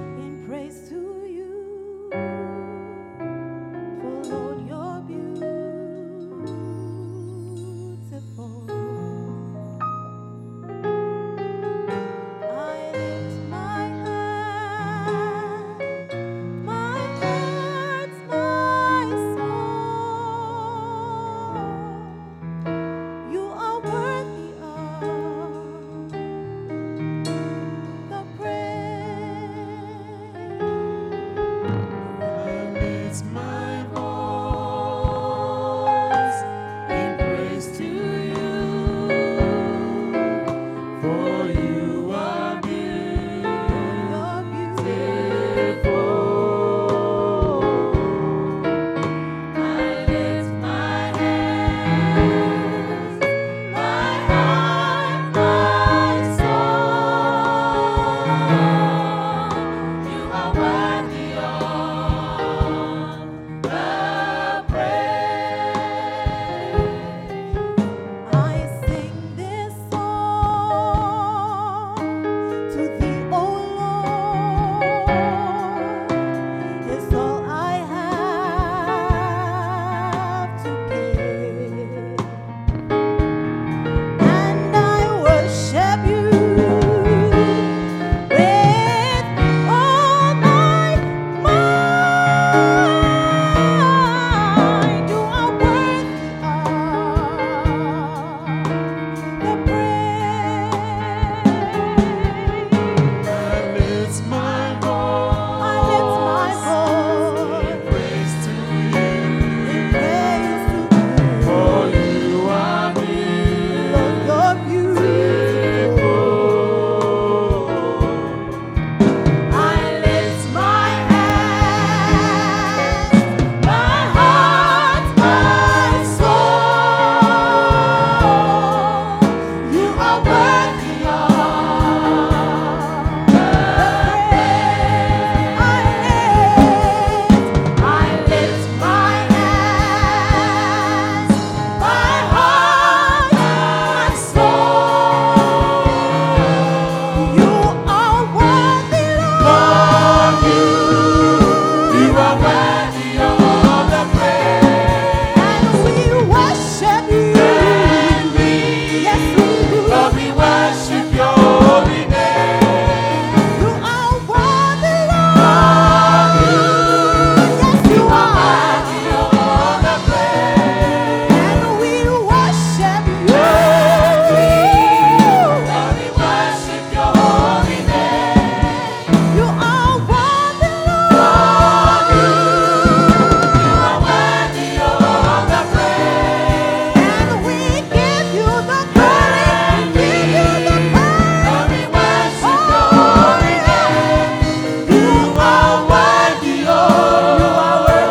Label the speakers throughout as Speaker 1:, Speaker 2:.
Speaker 1: In praise to you, for Lord, your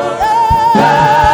Speaker 2: oh. oh. oh. oh.
Speaker 3: Oh,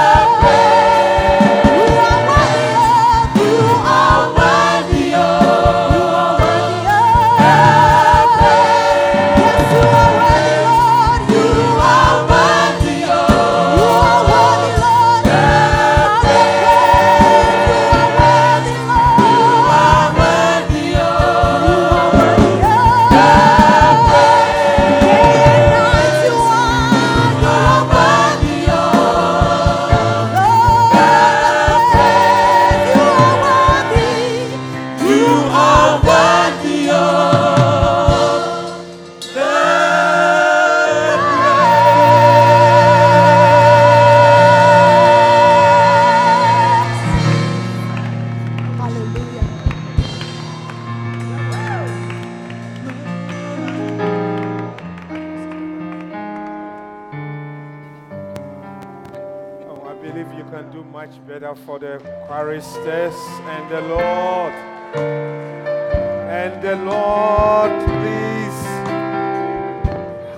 Speaker 3: much better for the choristers and the Lord. And the Lord, please.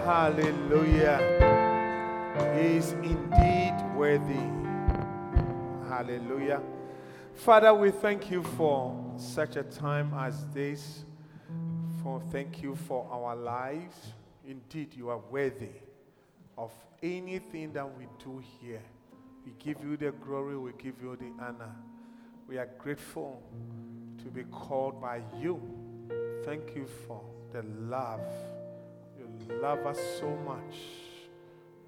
Speaker 3: Hallelujah. He is indeed worthy. Hallelujah. Father, we thank you for such a time as this. For thank you for our lives. Indeed, you are worthy of anything that we do here. We give you the glory, we give you the honor. We are grateful to be called by you. Thank you for the love. You love us so much.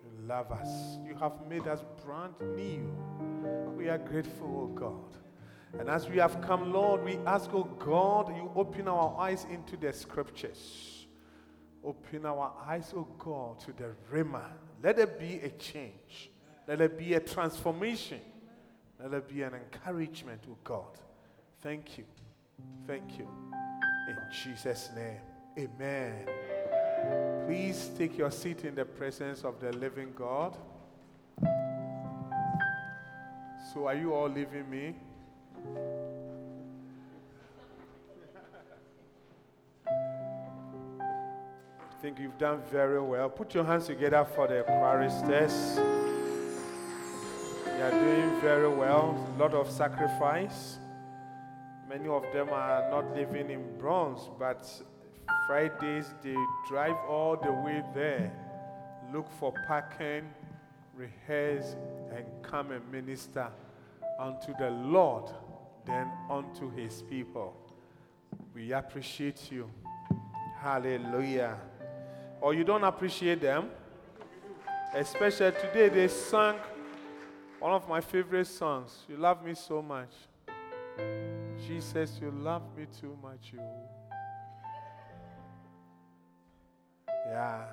Speaker 3: You love us. You have made us brand new. We are grateful, oh God. And as we have come, Lord, we ask, oh God, you open our eyes into the scriptures. Open our eyes, oh God, to the Rema. Let there be a change. Let there be a transformation. Let there be an encouragement, oh God. Thank you. Thank you. In Jesus' name. Amen. Please take your seat in the presence of the living God. So, are you all leaving me? I think you've done very well. Put your hands together for the choristers. They are doing very well. A lot of sacrifice. Many of them are not living in bronze, but Fridays they drive all the way there, look for parking, rehearse, and come and minister unto the Lord, then unto his people. We appreciate you. Hallelujah. Or you don't appreciate them? Especially today, they sang one of my favorite songs. You love me so much. Jesus, you love me too much. You. Yeah.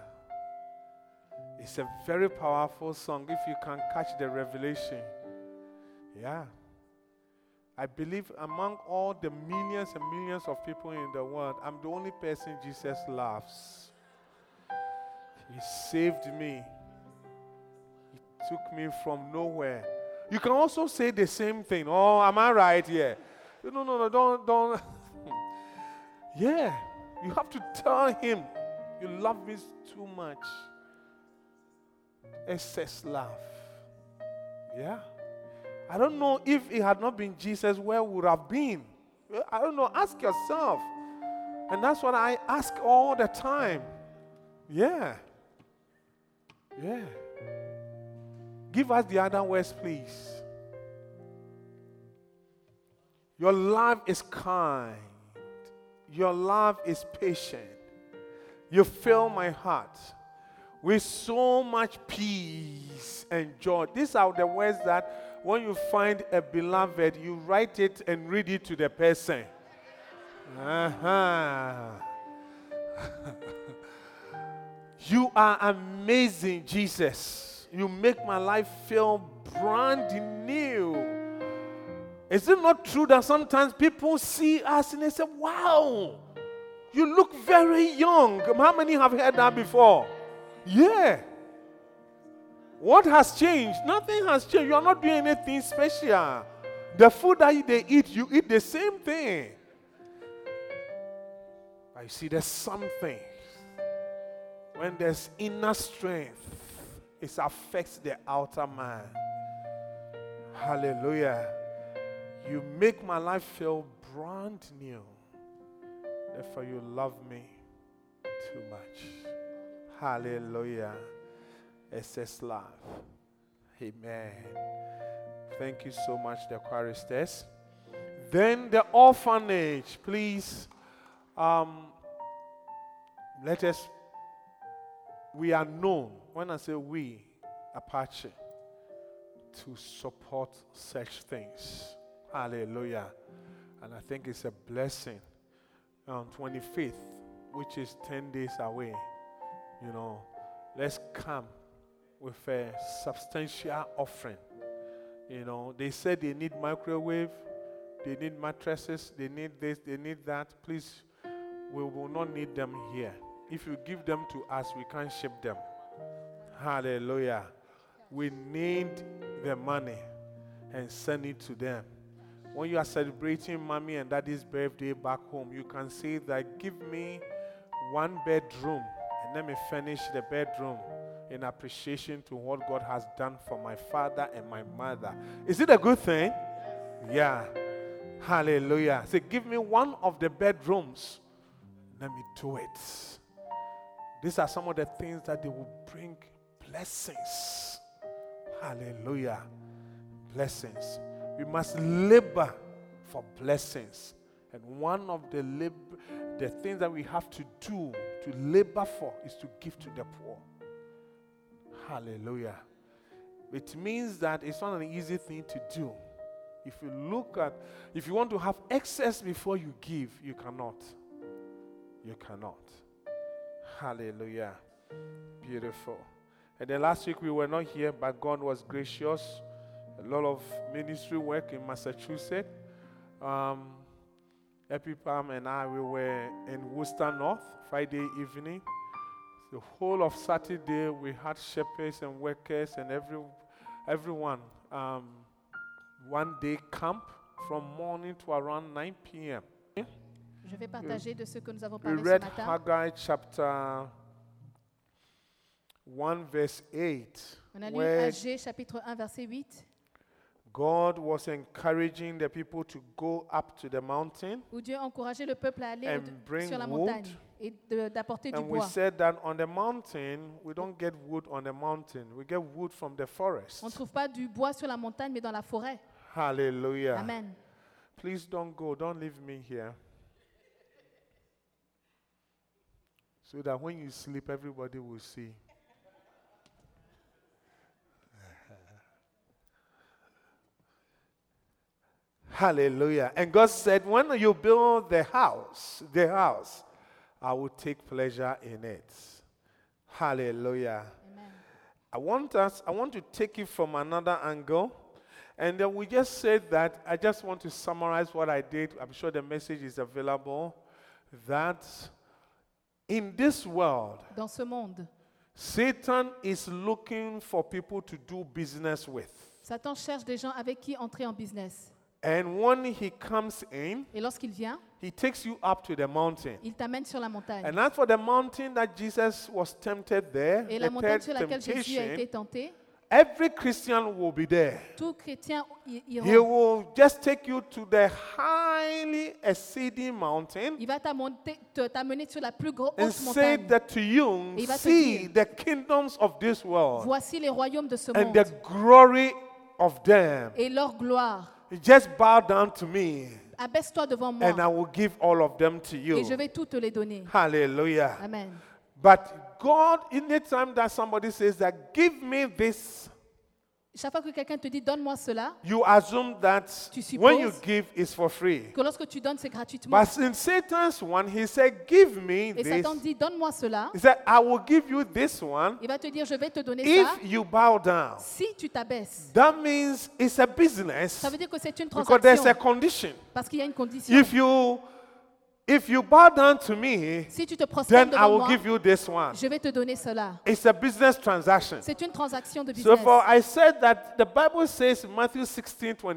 Speaker 3: It's a very powerful song if you can catch the revelation. Yeah. I believe among all the millions and millions of people in the world, I'm the only person Jesus loves. He saved me, He took me from nowhere. You can also say the same thing. Oh, am I right here? Yeah. No, no, no, don't, don't. yeah, you have to tell Him, you love me too much. Excess love. Yeah. I don't know if it had not been Jesus, where would have been? I don't know. Ask yourself. And that's what I ask all the time. Yeah. Yeah. Give us the other words, please. Your love is kind. Your love is patient. You fill my heart with so much peace and joy. These are the words that when you find a beloved, you write it and read it to the person. Uh-huh. you are amazing, Jesus. You make my life feel brand new. Is it not true that sometimes people see us and they say, Wow, you look very young? How many have heard that before? Yeah. What has changed? Nothing has changed. You are not doing anything special. The food that they eat, you eat the same thing. I see there's something. When there's inner strength, it affects the outer man. Hallelujah. You make my life feel brand new. Therefore, you love me too much. Hallelujah excess love. Amen. Thank you so much, the choristers. Then the orphanage, please. Um, let us. We are known. When I say we, Apache, to support such things. Hallelujah. And I think it's a blessing. On 25th, which is 10 days away, you know, let's come with a substantial offering. You know, they said they need microwave, they need mattresses, they need this, they need that. Please, we will not need them here. If you give them to us, we can't ship them. Hallelujah. We need the money. and send it to them. When you are celebrating mommy and daddy's birthday back home, you can say that give me one bedroom and let me furnish the bedroom in appreciation to what God has done for my father and my mother. Is it a good thing? Yeah. Hallelujah. Say, give me one of the bedrooms. Let me do it. These are some of the things that they will bring blessings. Hallelujah. Blessings. We must labor for blessings. And one of the, lab- the things that we have to do to labor for is to give to the poor. Hallelujah. It means that it's not an easy thing to do. If you look at, if you want to have excess before you give, you cannot. You cannot. Hallelujah. Beautiful. And then last week we were not here, but God was gracious. A lot of ministry work in Massachusetts. Um, Epipam and I, we were in Worcester North Friday evening. The whole of Saturday, we had shepherds and workers and every, everyone. Um, one day camp from morning to around 9 p.m.
Speaker 4: Je
Speaker 3: Mm.
Speaker 4: vais partager de ce que nous avons
Speaker 3: We
Speaker 4: parlé ce
Speaker 3: read
Speaker 4: matin.
Speaker 3: Haggai chapter 1, verse 8,
Speaker 4: On a lu
Speaker 3: where
Speaker 4: Agé chapitre 1 verset 8
Speaker 3: God was encouraging the people to go up to the mountain.
Speaker 4: où Dieu encourageait le peuple à aller
Speaker 3: And
Speaker 4: au-
Speaker 3: bring
Speaker 4: sur la
Speaker 3: wood.
Speaker 4: montagne et de- d'apporter du
Speaker 3: And we
Speaker 4: bois.
Speaker 3: said that on the mountain, we don't get wood on the mountain, we get wood from the forest.
Speaker 4: On ne trouve pas du bois sur la montagne mais dans la forêt.
Speaker 3: Hallelujah.
Speaker 4: Amen.
Speaker 3: Please don't go. Don't leave me here. So that when you sleep, everybody will see. Hallelujah. And God said, When you build the house, the house, I will take pleasure in it. Hallelujah.
Speaker 4: Amen.
Speaker 3: I want us, I want to take it from another angle. And then we just said that I just want to summarize what I did. I'm sure the message is available. That in this world,
Speaker 4: Dans ce monde,
Speaker 3: Satan is looking for people to do business with.
Speaker 4: Satan cherche des gens avec qui entrer en business.
Speaker 3: And when he comes in,
Speaker 4: Et lorsqu'il vient,
Speaker 3: he takes you up to the mountain.
Speaker 4: il t'amène sur la montagne.
Speaker 3: And as for the mountain that Jesus was tempted there,
Speaker 4: Et
Speaker 3: the
Speaker 4: la montagne
Speaker 3: third
Speaker 4: sur laquelle Jésus a été
Speaker 3: temptation,
Speaker 4: tenté,
Speaker 3: every Christian will be there.
Speaker 4: tout chrétien y- y
Speaker 3: He
Speaker 4: rentre.
Speaker 3: will just take you to the highly exceeding mountain
Speaker 4: Il va t'amonter- te- t'amener sur la plus gro-
Speaker 3: and
Speaker 4: haute
Speaker 3: say
Speaker 4: montagne.
Speaker 3: that to you,
Speaker 4: Et il va te
Speaker 3: see the
Speaker 4: dire,
Speaker 3: kingdoms of this world
Speaker 4: Voici les royaumes de ce
Speaker 3: and
Speaker 4: monde
Speaker 3: the glory of them.
Speaker 4: et leur gloire.
Speaker 3: Just bow down to me
Speaker 4: Abaisse-toi devant
Speaker 3: and I
Speaker 4: moi
Speaker 3: will give all of them to
Speaker 4: et je
Speaker 3: you.
Speaker 4: vais tout te les donner.
Speaker 3: Hallelujah.
Speaker 4: Amen.
Speaker 3: But God, in the time that somebody says that, give me this,
Speaker 4: Chaque fois que quelqu'un te dit donne-moi cela,
Speaker 3: you assume that
Speaker 4: Tu
Speaker 3: when you
Speaker 4: supposes
Speaker 3: give, it's for free.
Speaker 4: que lorsque tu donnes, c'est gratuitement.
Speaker 3: But in Satan's one, he said, give me
Speaker 4: Et
Speaker 3: this.
Speaker 4: Satan dit donne-moi cela.
Speaker 3: He said, I will give you this one
Speaker 4: Il va te dire je vais te donner ça
Speaker 3: if you bow down.
Speaker 4: si tu t'abaisses.
Speaker 3: That means it's a business
Speaker 4: Ça veut dire que c'est une
Speaker 3: because there's a
Speaker 4: transaction
Speaker 3: condition.
Speaker 4: parce qu'il y a une condition.
Speaker 3: If you if you bow down to me,
Speaker 4: Si tu te
Speaker 3: then I
Speaker 4: prosternes devant
Speaker 3: will
Speaker 4: moi,
Speaker 3: give you this one.
Speaker 4: je vais te donner cela.
Speaker 3: It's a business transaction.
Speaker 4: C'est une transaction de
Speaker 3: So
Speaker 4: business.
Speaker 3: for I said that the Bible says in Matthew 16,
Speaker 4: La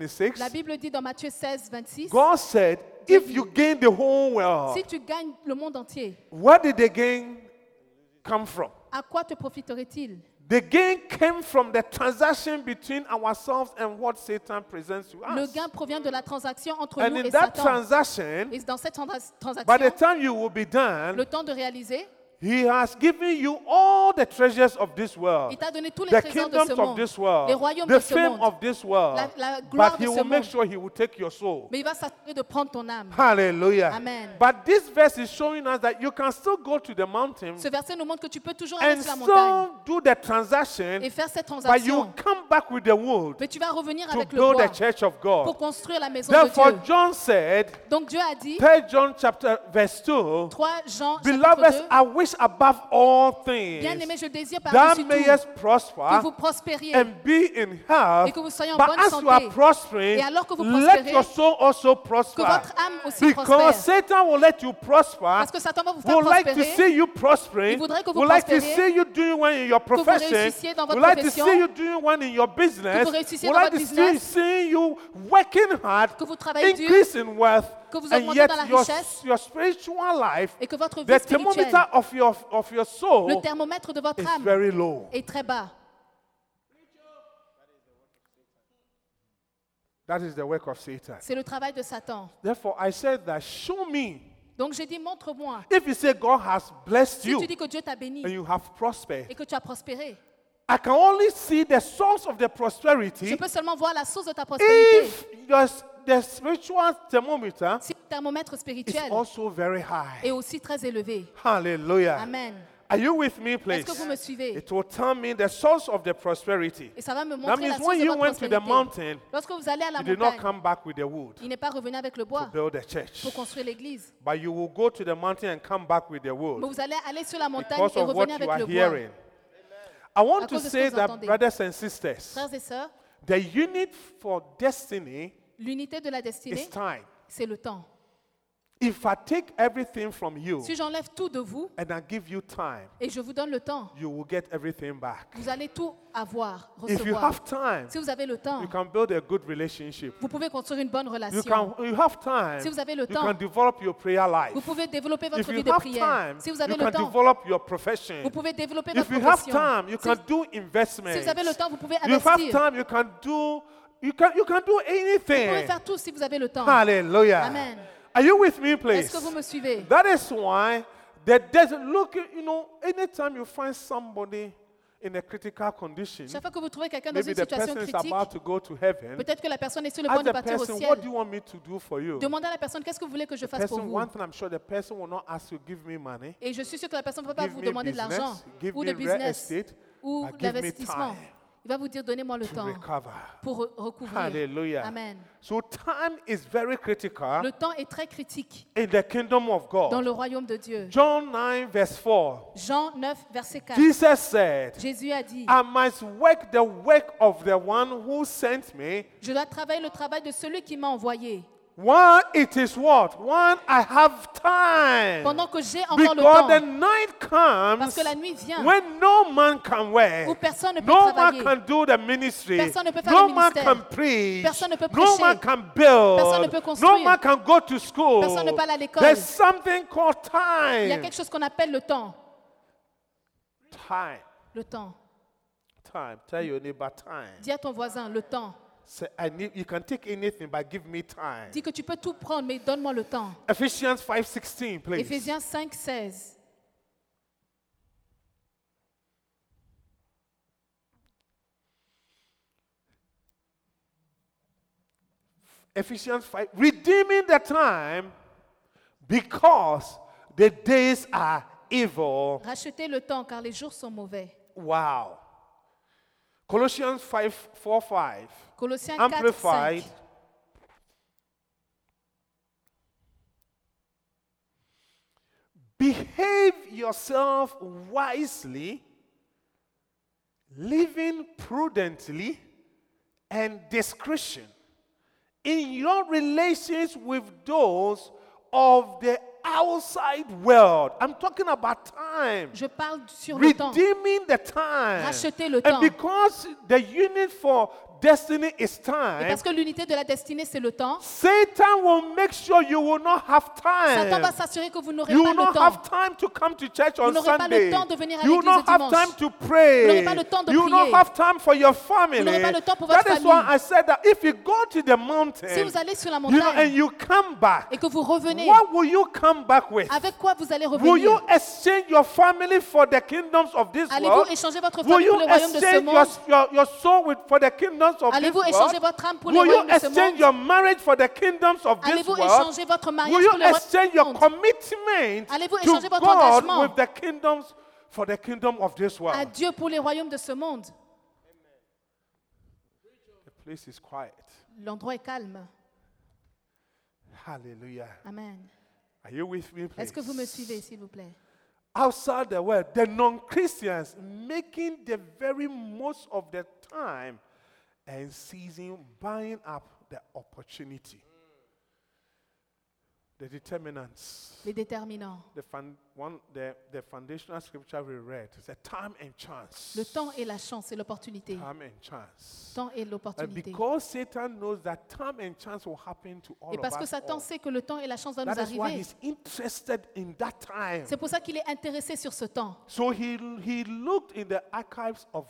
Speaker 3: 26,
Speaker 4: Bible dit dans Matthieu 16, 26,
Speaker 3: God said, if you gain the whole world,
Speaker 4: si tu gagnes le monde entier,
Speaker 3: where did the gain come from?
Speaker 4: à quoi te profiterait-il
Speaker 3: The gain came from the transaction between ourselves and what Satan presents to
Speaker 4: Le
Speaker 3: us.
Speaker 4: gain provient de la transaction entre
Speaker 3: And
Speaker 4: nous
Speaker 3: in
Speaker 4: et
Speaker 3: that
Speaker 4: Satan.
Speaker 3: transaction,
Speaker 4: Et dans cette trans-
Speaker 3: by the
Speaker 4: transaction,
Speaker 3: time you will be done,
Speaker 4: le temps de réaliser,
Speaker 3: he has given you all the treasures of this world.
Speaker 4: il t'a donné tous les
Speaker 3: The
Speaker 4: trésors de
Speaker 3: kingdoms
Speaker 4: ce
Speaker 3: of
Speaker 4: monde,
Speaker 3: this
Speaker 4: les
Speaker 3: world,
Speaker 4: royaumes
Speaker 3: the
Speaker 4: de ce
Speaker 3: fame
Speaker 4: monde.
Speaker 3: of this world.
Speaker 4: La- la gloire
Speaker 3: But
Speaker 4: de
Speaker 3: he
Speaker 4: ce
Speaker 3: will make
Speaker 4: monde.
Speaker 3: sure he will take your soul.
Speaker 4: Mais il va s'assurer de prendre ton âme.
Speaker 3: Hallelujah.
Speaker 4: Amen.
Speaker 3: But this verse is showing us that you can still go to the mountain
Speaker 4: Ce verset nous montre que tu peux toujours aller
Speaker 3: and
Speaker 4: sur la montagne
Speaker 3: still do the transaction,
Speaker 4: et faire cette
Speaker 3: but you
Speaker 4: transaction.
Speaker 3: come back with the wood
Speaker 4: Mais tu vas revenir
Speaker 3: to
Speaker 4: avec le
Speaker 3: build the
Speaker 4: bois
Speaker 3: church of
Speaker 4: pour
Speaker 3: God.
Speaker 4: construire la maison de
Speaker 3: Therefore,
Speaker 4: Dieu.
Speaker 3: John said,
Speaker 4: Donc Dieu a dit,
Speaker 3: 3 John chapter verse 2,
Speaker 4: 3 Jean
Speaker 3: Beloveds,
Speaker 4: chapitre
Speaker 3: I wish above all
Speaker 4: 2, Bien-aimé,
Speaker 3: things
Speaker 4: je désire
Speaker 3: that
Speaker 4: par-dessus tout
Speaker 3: mayest
Speaker 4: que vous
Speaker 3: prosper
Speaker 4: prospériez.
Speaker 3: and be in health.
Speaker 4: Et que vous soyez en
Speaker 3: But
Speaker 4: bonne
Speaker 3: as you are
Speaker 4: santé.
Speaker 3: prospering,
Speaker 4: Et alors que vous
Speaker 3: let
Speaker 4: prospérez,
Speaker 3: your soul also
Speaker 4: Que
Speaker 3: prosper.
Speaker 4: votre âme aussi prospère.
Speaker 3: Because Satan will let you prosper.
Speaker 4: Parce que Satan va vous faire
Speaker 3: Would like to
Speaker 4: prospérer.
Speaker 3: see you prospering.
Speaker 4: Il voudrait que vous
Speaker 3: Would like to
Speaker 4: prospériez.
Speaker 3: see you doing well in your
Speaker 4: vous
Speaker 3: profession.
Speaker 4: réussissiez dans
Speaker 3: Would
Speaker 4: votre
Speaker 3: like to
Speaker 4: profession.
Speaker 3: see you doing well in your business.
Speaker 4: réussissiez
Speaker 3: Would
Speaker 4: dans
Speaker 3: like to
Speaker 4: votre
Speaker 3: see,
Speaker 4: business.
Speaker 3: see you working hard,
Speaker 4: Que vous travaillez dur.
Speaker 3: increase in wealth,
Speaker 4: Que vous
Speaker 3: and
Speaker 4: augmentez
Speaker 3: yet
Speaker 4: dans la
Speaker 3: your,
Speaker 4: richesse.
Speaker 3: your spiritual life,
Speaker 4: Et que votre vie
Speaker 3: the
Speaker 4: spirituelle,
Speaker 3: thermometer of your of your soul,
Speaker 4: le thermomètre de votre
Speaker 3: is
Speaker 4: âme
Speaker 3: very low.
Speaker 4: est très bas.
Speaker 3: That is the work of Satan.
Speaker 4: C'est le travail de Satan.
Speaker 3: Therefore, I said that show me.
Speaker 4: Donc j'ai dit, montre-moi.
Speaker 3: If you say God has blessed
Speaker 4: Si
Speaker 3: you
Speaker 4: tu dis que Dieu t'a béni
Speaker 3: and you have prospered,
Speaker 4: et que tu as prospéré,
Speaker 3: I can only see the source of the
Speaker 4: je
Speaker 3: prosperity
Speaker 4: peux seulement voir la source de ta prospérité.
Speaker 3: if your, the spiritual thermometer
Speaker 4: Si le thermomètre
Speaker 3: is
Speaker 4: spirituel
Speaker 3: also very high.
Speaker 4: est aussi très élevé.
Speaker 3: Hallelujah.
Speaker 4: Amen.
Speaker 3: Are you with me, please?
Speaker 4: Est-ce que vous me suivez
Speaker 3: It will tell me the source of the prosperity.
Speaker 4: Et ça va me
Speaker 3: That
Speaker 4: montrer la
Speaker 3: means
Speaker 4: source
Speaker 3: when
Speaker 4: de
Speaker 3: you
Speaker 4: votre
Speaker 3: went to the
Speaker 4: prospérité.
Speaker 3: mountain,
Speaker 4: Lorsque vous allez à la
Speaker 3: you did not
Speaker 4: montagne,
Speaker 3: come back with the wood
Speaker 4: il n'est pas revenu avec le
Speaker 3: to
Speaker 4: bois
Speaker 3: build a church.
Speaker 4: pour construire l'église.
Speaker 3: But you will go to the mountain and come back with the
Speaker 4: Mais
Speaker 3: wood
Speaker 4: vous allez aller sur la montagne
Speaker 3: because
Speaker 4: et
Speaker 3: of what
Speaker 4: revenir
Speaker 3: you
Speaker 4: avec le
Speaker 3: are
Speaker 4: bois.
Speaker 3: hearing. I
Speaker 4: À
Speaker 3: want to
Speaker 4: cause de ce
Speaker 3: say
Speaker 4: que vous
Speaker 3: that,
Speaker 4: entendez.
Speaker 3: brothers and sisters,
Speaker 4: Frères et sœurs,
Speaker 3: the unit for destiny
Speaker 4: l'unité de la
Speaker 3: is
Speaker 4: destinée,
Speaker 3: time.
Speaker 4: c'est le temps.
Speaker 3: If I take everything from you
Speaker 4: Si j'enlève tout de vous
Speaker 3: and I give you time,
Speaker 4: et je vous donne le temps,
Speaker 3: you will get everything back.
Speaker 4: vous allez tout avoir,
Speaker 3: If you
Speaker 4: recevoir.
Speaker 3: have time,
Speaker 4: Si vous avez le temps,
Speaker 3: you can build a good relationship.
Speaker 4: vous pouvez construire une bonne
Speaker 3: You can
Speaker 4: relation.
Speaker 3: you have time.
Speaker 4: Si vous avez le
Speaker 3: you
Speaker 4: temps,
Speaker 3: can develop your prayer life.
Speaker 4: Vous pouvez développer
Speaker 3: If
Speaker 4: votre
Speaker 3: you
Speaker 4: vie de
Speaker 3: have
Speaker 4: prière.
Speaker 3: time,
Speaker 4: Si vous
Speaker 3: you
Speaker 4: avez
Speaker 3: can
Speaker 4: le temps,
Speaker 3: develop your profession.
Speaker 4: vous pouvez développer votre
Speaker 3: If you have
Speaker 4: profession.
Speaker 3: time, you
Speaker 4: Si vous-
Speaker 3: can do investment.
Speaker 4: si vous avez le temps, vous pouvez
Speaker 3: You have
Speaker 4: investir.
Speaker 3: time, you can do you can you can do
Speaker 4: Vous pouvez
Speaker 3: anything.
Speaker 4: faire tout si vous avez le temps.
Speaker 3: Hallelujah.
Speaker 4: Amen.
Speaker 3: Are you with me, please?
Speaker 4: Est-ce que vous me suivez
Speaker 3: That is why that doesn't look, you know, anytime you find somebody in a critical condition,
Speaker 4: Chaque fois que vous trouvez quelqu'un dans
Speaker 3: maybe
Speaker 4: une
Speaker 3: the
Speaker 4: situation
Speaker 3: person is
Speaker 4: critique,
Speaker 3: about to go to heaven,
Speaker 4: peut-être que la personne est sur le point
Speaker 3: ask
Speaker 4: de
Speaker 3: the
Speaker 4: partir au
Speaker 3: person, what
Speaker 4: ciel.
Speaker 3: do you want me to do for you?
Speaker 4: Demandez à la personne qu'est-ce que vous voulez que je fasse pour
Speaker 3: Person,
Speaker 4: vous.
Speaker 3: one thing I'm sure the person will not ask you, give me money,
Speaker 4: Et je suis sûr que la personne ne va pas
Speaker 3: give
Speaker 4: vous
Speaker 3: me
Speaker 4: demander de l'argent
Speaker 3: business, give
Speaker 4: ou
Speaker 3: me
Speaker 4: de
Speaker 3: real
Speaker 4: business
Speaker 3: estate,
Speaker 4: ou
Speaker 3: but give me
Speaker 4: d'investissement.
Speaker 3: time
Speaker 4: Il va vous dire donnez-moi le
Speaker 3: to
Speaker 4: temps
Speaker 3: recover.
Speaker 4: pour re- recouvrir.
Speaker 3: Hallelujah. Ah.
Speaker 4: Amen.
Speaker 3: So time is very critical
Speaker 4: Le temps est très critique
Speaker 3: in the kingdom of God.
Speaker 4: dans le royaume de Dieu.
Speaker 3: John 9, verse 4.
Speaker 4: Jean 9, verset 4.
Speaker 3: Jesus Ah. said,
Speaker 4: Jésus a dit
Speaker 3: I must work the work of the one who sent me
Speaker 4: Je dois travailler le travail de celui qui m'a envoyé
Speaker 3: One, it is what? One, I have time.
Speaker 4: pendant que j'ai encore le
Speaker 3: Because the
Speaker 4: temps.
Speaker 3: night comes
Speaker 4: Parce que la nuit vient.
Speaker 3: when no man can work.
Speaker 4: Où personne ne peut
Speaker 3: no
Speaker 4: travailler.
Speaker 3: man can do the ministry.
Speaker 4: Personne ne peut faire
Speaker 3: no
Speaker 4: le
Speaker 3: man
Speaker 4: ministère.
Speaker 3: can preach.
Speaker 4: Personne ne peut
Speaker 3: No
Speaker 4: prêcher.
Speaker 3: man can build.
Speaker 4: Personne ne peut
Speaker 3: no
Speaker 4: construire.
Speaker 3: man can go to school.
Speaker 4: Personne ne peut aller à l'école.
Speaker 3: There's something called
Speaker 4: Il y a
Speaker 3: time.
Speaker 4: quelque chose qu'on appelle le temps.
Speaker 3: Time.
Speaker 4: Le temps.
Speaker 3: Time. Tell your neighbor time.
Speaker 4: Dis à ton voisin le temps.
Speaker 3: Say, I need, you can take anything, but give me time.
Speaker 4: Dis que tu peux tout prendre, mais donne-moi le temps.
Speaker 3: Ephesians 5.16, please.
Speaker 4: Éphésiens 5, 16.
Speaker 3: Ephesians 5, redeeming the time because the days are evil.
Speaker 4: Rachetez le temps car les jours sont mauvais.
Speaker 3: Wow. Colossians 5, 4, 5.
Speaker 4: Colossiens 4, 5.
Speaker 3: Amplified. Behave yourself wisely, living prudently and discretion in your relations with those of the outside world. I'm talking about time
Speaker 4: Je parle sur le temps.
Speaker 3: redeeming the time.
Speaker 4: Racheter le
Speaker 3: and
Speaker 4: temps.
Speaker 3: because the unit for destiny is
Speaker 4: Et
Speaker 3: time,
Speaker 4: parce que l'unité de la destinée, c'est le temps,
Speaker 3: Satan will make sure you will not have
Speaker 4: Satan va
Speaker 3: time.
Speaker 4: s'assurer que vous n'aurez
Speaker 3: You
Speaker 4: pas
Speaker 3: will
Speaker 4: le
Speaker 3: not
Speaker 4: temps.
Speaker 3: have time to come to church on
Speaker 4: n'aurez pas le
Speaker 3: Sunday.
Speaker 4: temps de venir à
Speaker 3: you will
Speaker 4: l'église
Speaker 3: not
Speaker 4: le
Speaker 3: have time
Speaker 4: dimanche.
Speaker 3: to pray.
Speaker 4: Vous n'aurez pas le temps de
Speaker 3: you will not
Speaker 4: prier.
Speaker 3: have time for your family.
Speaker 4: Vous n'aurez pas le temps pour
Speaker 3: that
Speaker 4: votre
Speaker 3: is why
Speaker 4: famille.
Speaker 3: I said that if you go to the mountain,
Speaker 4: Si vous allez sur la
Speaker 3: you know, and
Speaker 4: montagne
Speaker 3: you come back,
Speaker 4: et que vous revenez,
Speaker 3: what will you come back with?
Speaker 4: avec quoi vous allez
Speaker 3: Will you
Speaker 4: revenir
Speaker 3: exchange your family for the kingdoms of this
Speaker 4: Allez-vous
Speaker 3: world?
Speaker 4: échanger votre
Speaker 3: Will
Speaker 4: famille pour
Speaker 3: you
Speaker 4: le royaume de ce
Speaker 3: exchange your,
Speaker 4: monde
Speaker 3: your, your soul with, for the kingdoms of this
Speaker 4: Allez-vous
Speaker 3: world?
Speaker 4: échanger votre âme pour le
Speaker 3: Will you
Speaker 4: royaume de ce
Speaker 3: exchange
Speaker 4: monde
Speaker 3: your marriage for the kingdoms of this
Speaker 4: Allez-vous
Speaker 3: world?
Speaker 4: échanger votre
Speaker 3: Will
Speaker 4: mariage
Speaker 3: you
Speaker 4: pour le
Speaker 3: exchange your
Speaker 4: royaume du monde
Speaker 3: commitment
Speaker 4: Allez-vous
Speaker 3: to
Speaker 4: échanger votre
Speaker 3: God
Speaker 4: engagement
Speaker 3: with the kingdoms for the kingdom of this
Speaker 4: à
Speaker 3: world?
Speaker 4: Dieu pour les royaumes de ce monde
Speaker 3: The place is quiet.
Speaker 4: L'endroit est calme.
Speaker 3: Hallelujah.
Speaker 4: Amen.
Speaker 3: Are you with me, please?
Speaker 4: Est-ce que vous me suivez, s'il vous plaît
Speaker 3: Outside the world, the non-Christians making the very most of the time and seizing, buying up the opportunity. the determinants.
Speaker 4: les déterminants,
Speaker 3: The, fun, one, the, the foundational scripture we read is a time and chance.
Speaker 4: le temps et la chance et l'opportunité.
Speaker 3: Time and chance.
Speaker 4: Temps et
Speaker 3: And
Speaker 4: l'opportunité.
Speaker 3: because Satan knows that time and chance will happen to all
Speaker 4: Et parce
Speaker 3: of
Speaker 4: que
Speaker 3: us
Speaker 4: Satan
Speaker 3: all,
Speaker 4: sait que le temps et la chance vont nous
Speaker 3: that is why
Speaker 4: arriver.
Speaker 3: he's interested in that time.
Speaker 4: C'est pour ça qu'il est intéressé sur ce temps.
Speaker 3: So he, he looked in the archives of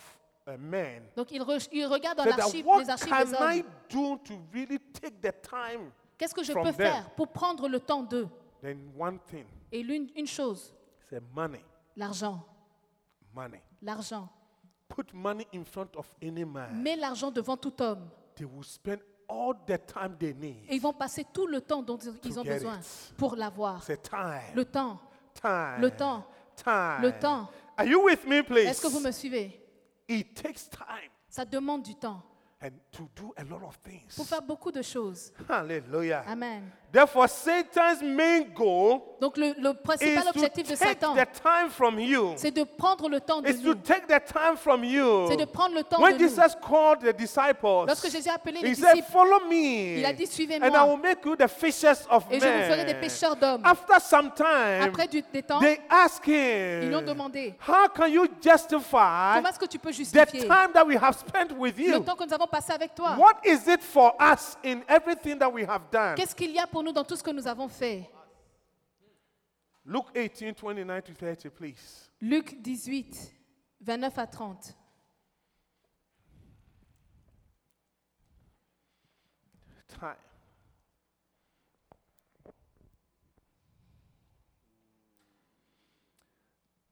Speaker 3: uh, men.
Speaker 4: Donc il, re- il regarde dans
Speaker 3: Said that
Speaker 4: l'archive-
Speaker 3: what
Speaker 4: les archives
Speaker 3: can
Speaker 4: des
Speaker 3: I
Speaker 4: hommes.
Speaker 3: do to really take the time?
Speaker 4: Qu'est-ce que je
Speaker 3: from
Speaker 4: peux
Speaker 3: them?
Speaker 4: faire pour prendre le temps d'eux
Speaker 3: Then one thing,
Speaker 4: Et l'une une chose,
Speaker 3: he said money,
Speaker 4: l'argent.
Speaker 3: money.
Speaker 4: L'argent.
Speaker 3: Put money in front of any man.
Speaker 4: Mets l'argent devant tout homme.
Speaker 3: They will spend all the time they need.
Speaker 4: Et ils vont passer tout le temps dont ils ont
Speaker 3: get
Speaker 4: besoin
Speaker 3: it.
Speaker 4: pour l'avoir.
Speaker 3: It's a time.
Speaker 4: Le temps.
Speaker 3: time.
Speaker 4: le temps.
Speaker 3: Time.
Speaker 4: Le temps.
Speaker 3: Are you with me, please?
Speaker 4: Est-ce que vous me suivez
Speaker 3: It takes time
Speaker 4: Ça demande du temps
Speaker 3: and to do a lot of things.
Speaker 4: pour faire beaucoup de choses.
Speaker 3: Hallelujah.
Speaker 4: Amen.
Speaker 3: Therefore, Satan's main goal
Speaker 4: Donc le, le
Speaker 3: is
Speaker 4: principal
Speaker 3: to
Speaker 4: objectif de
Speaker 3: take
Speaker 4: Satan,
Speaker 3: the time from you.
Speaker 4: c'est de prendre le temps de
Speaker 3: It's to
Speaker 4: nous.
Speaker 3: take the time from you.
Speaker 4: C'est de prendre le temps
Speaker 3: When
Speaker 4: de nous.
Speaker 3: Jesus called the disciples,
Speaker 4: Lorsque Jésus a appelé les
Speaker 3: he said,
Speaker 4: disciples,
Speaker 3: "Follow me,
Speaker 4: il a dit, Suivez-moi.
Speaker 3: and I will make you the fishers of
Speaker 4: Et je vous
Speaker 3: men."
Speaker 4: ferai des pêcheurs d'hommes.
Speaker 3: After some time,
Speaker 4: Après du, des temps,
Speaker 3: they asked him,
Speaker 4: Ils lui ont demandé.
Speaker 3: "How can you justify
Speaker 4: comment est-ce que tu peux
Speaker 3: the
Speaker 4: justifier
Speaker 3: time that we have spent with
Speaker 4: le
Speaker 3: you?
Speaker 4: temps que nous avons passé avec toi
Speaker 3: What is it for us in everything that we have done?"
Speaker 4: Qu'est-ce qu'il y a pour nous dans tout ce que nous avons fait
Speaker 3: Luke 18, 29 to 30, please.
Speaker 4: Luc 18, 29 à 30.
Speaker 3: Time.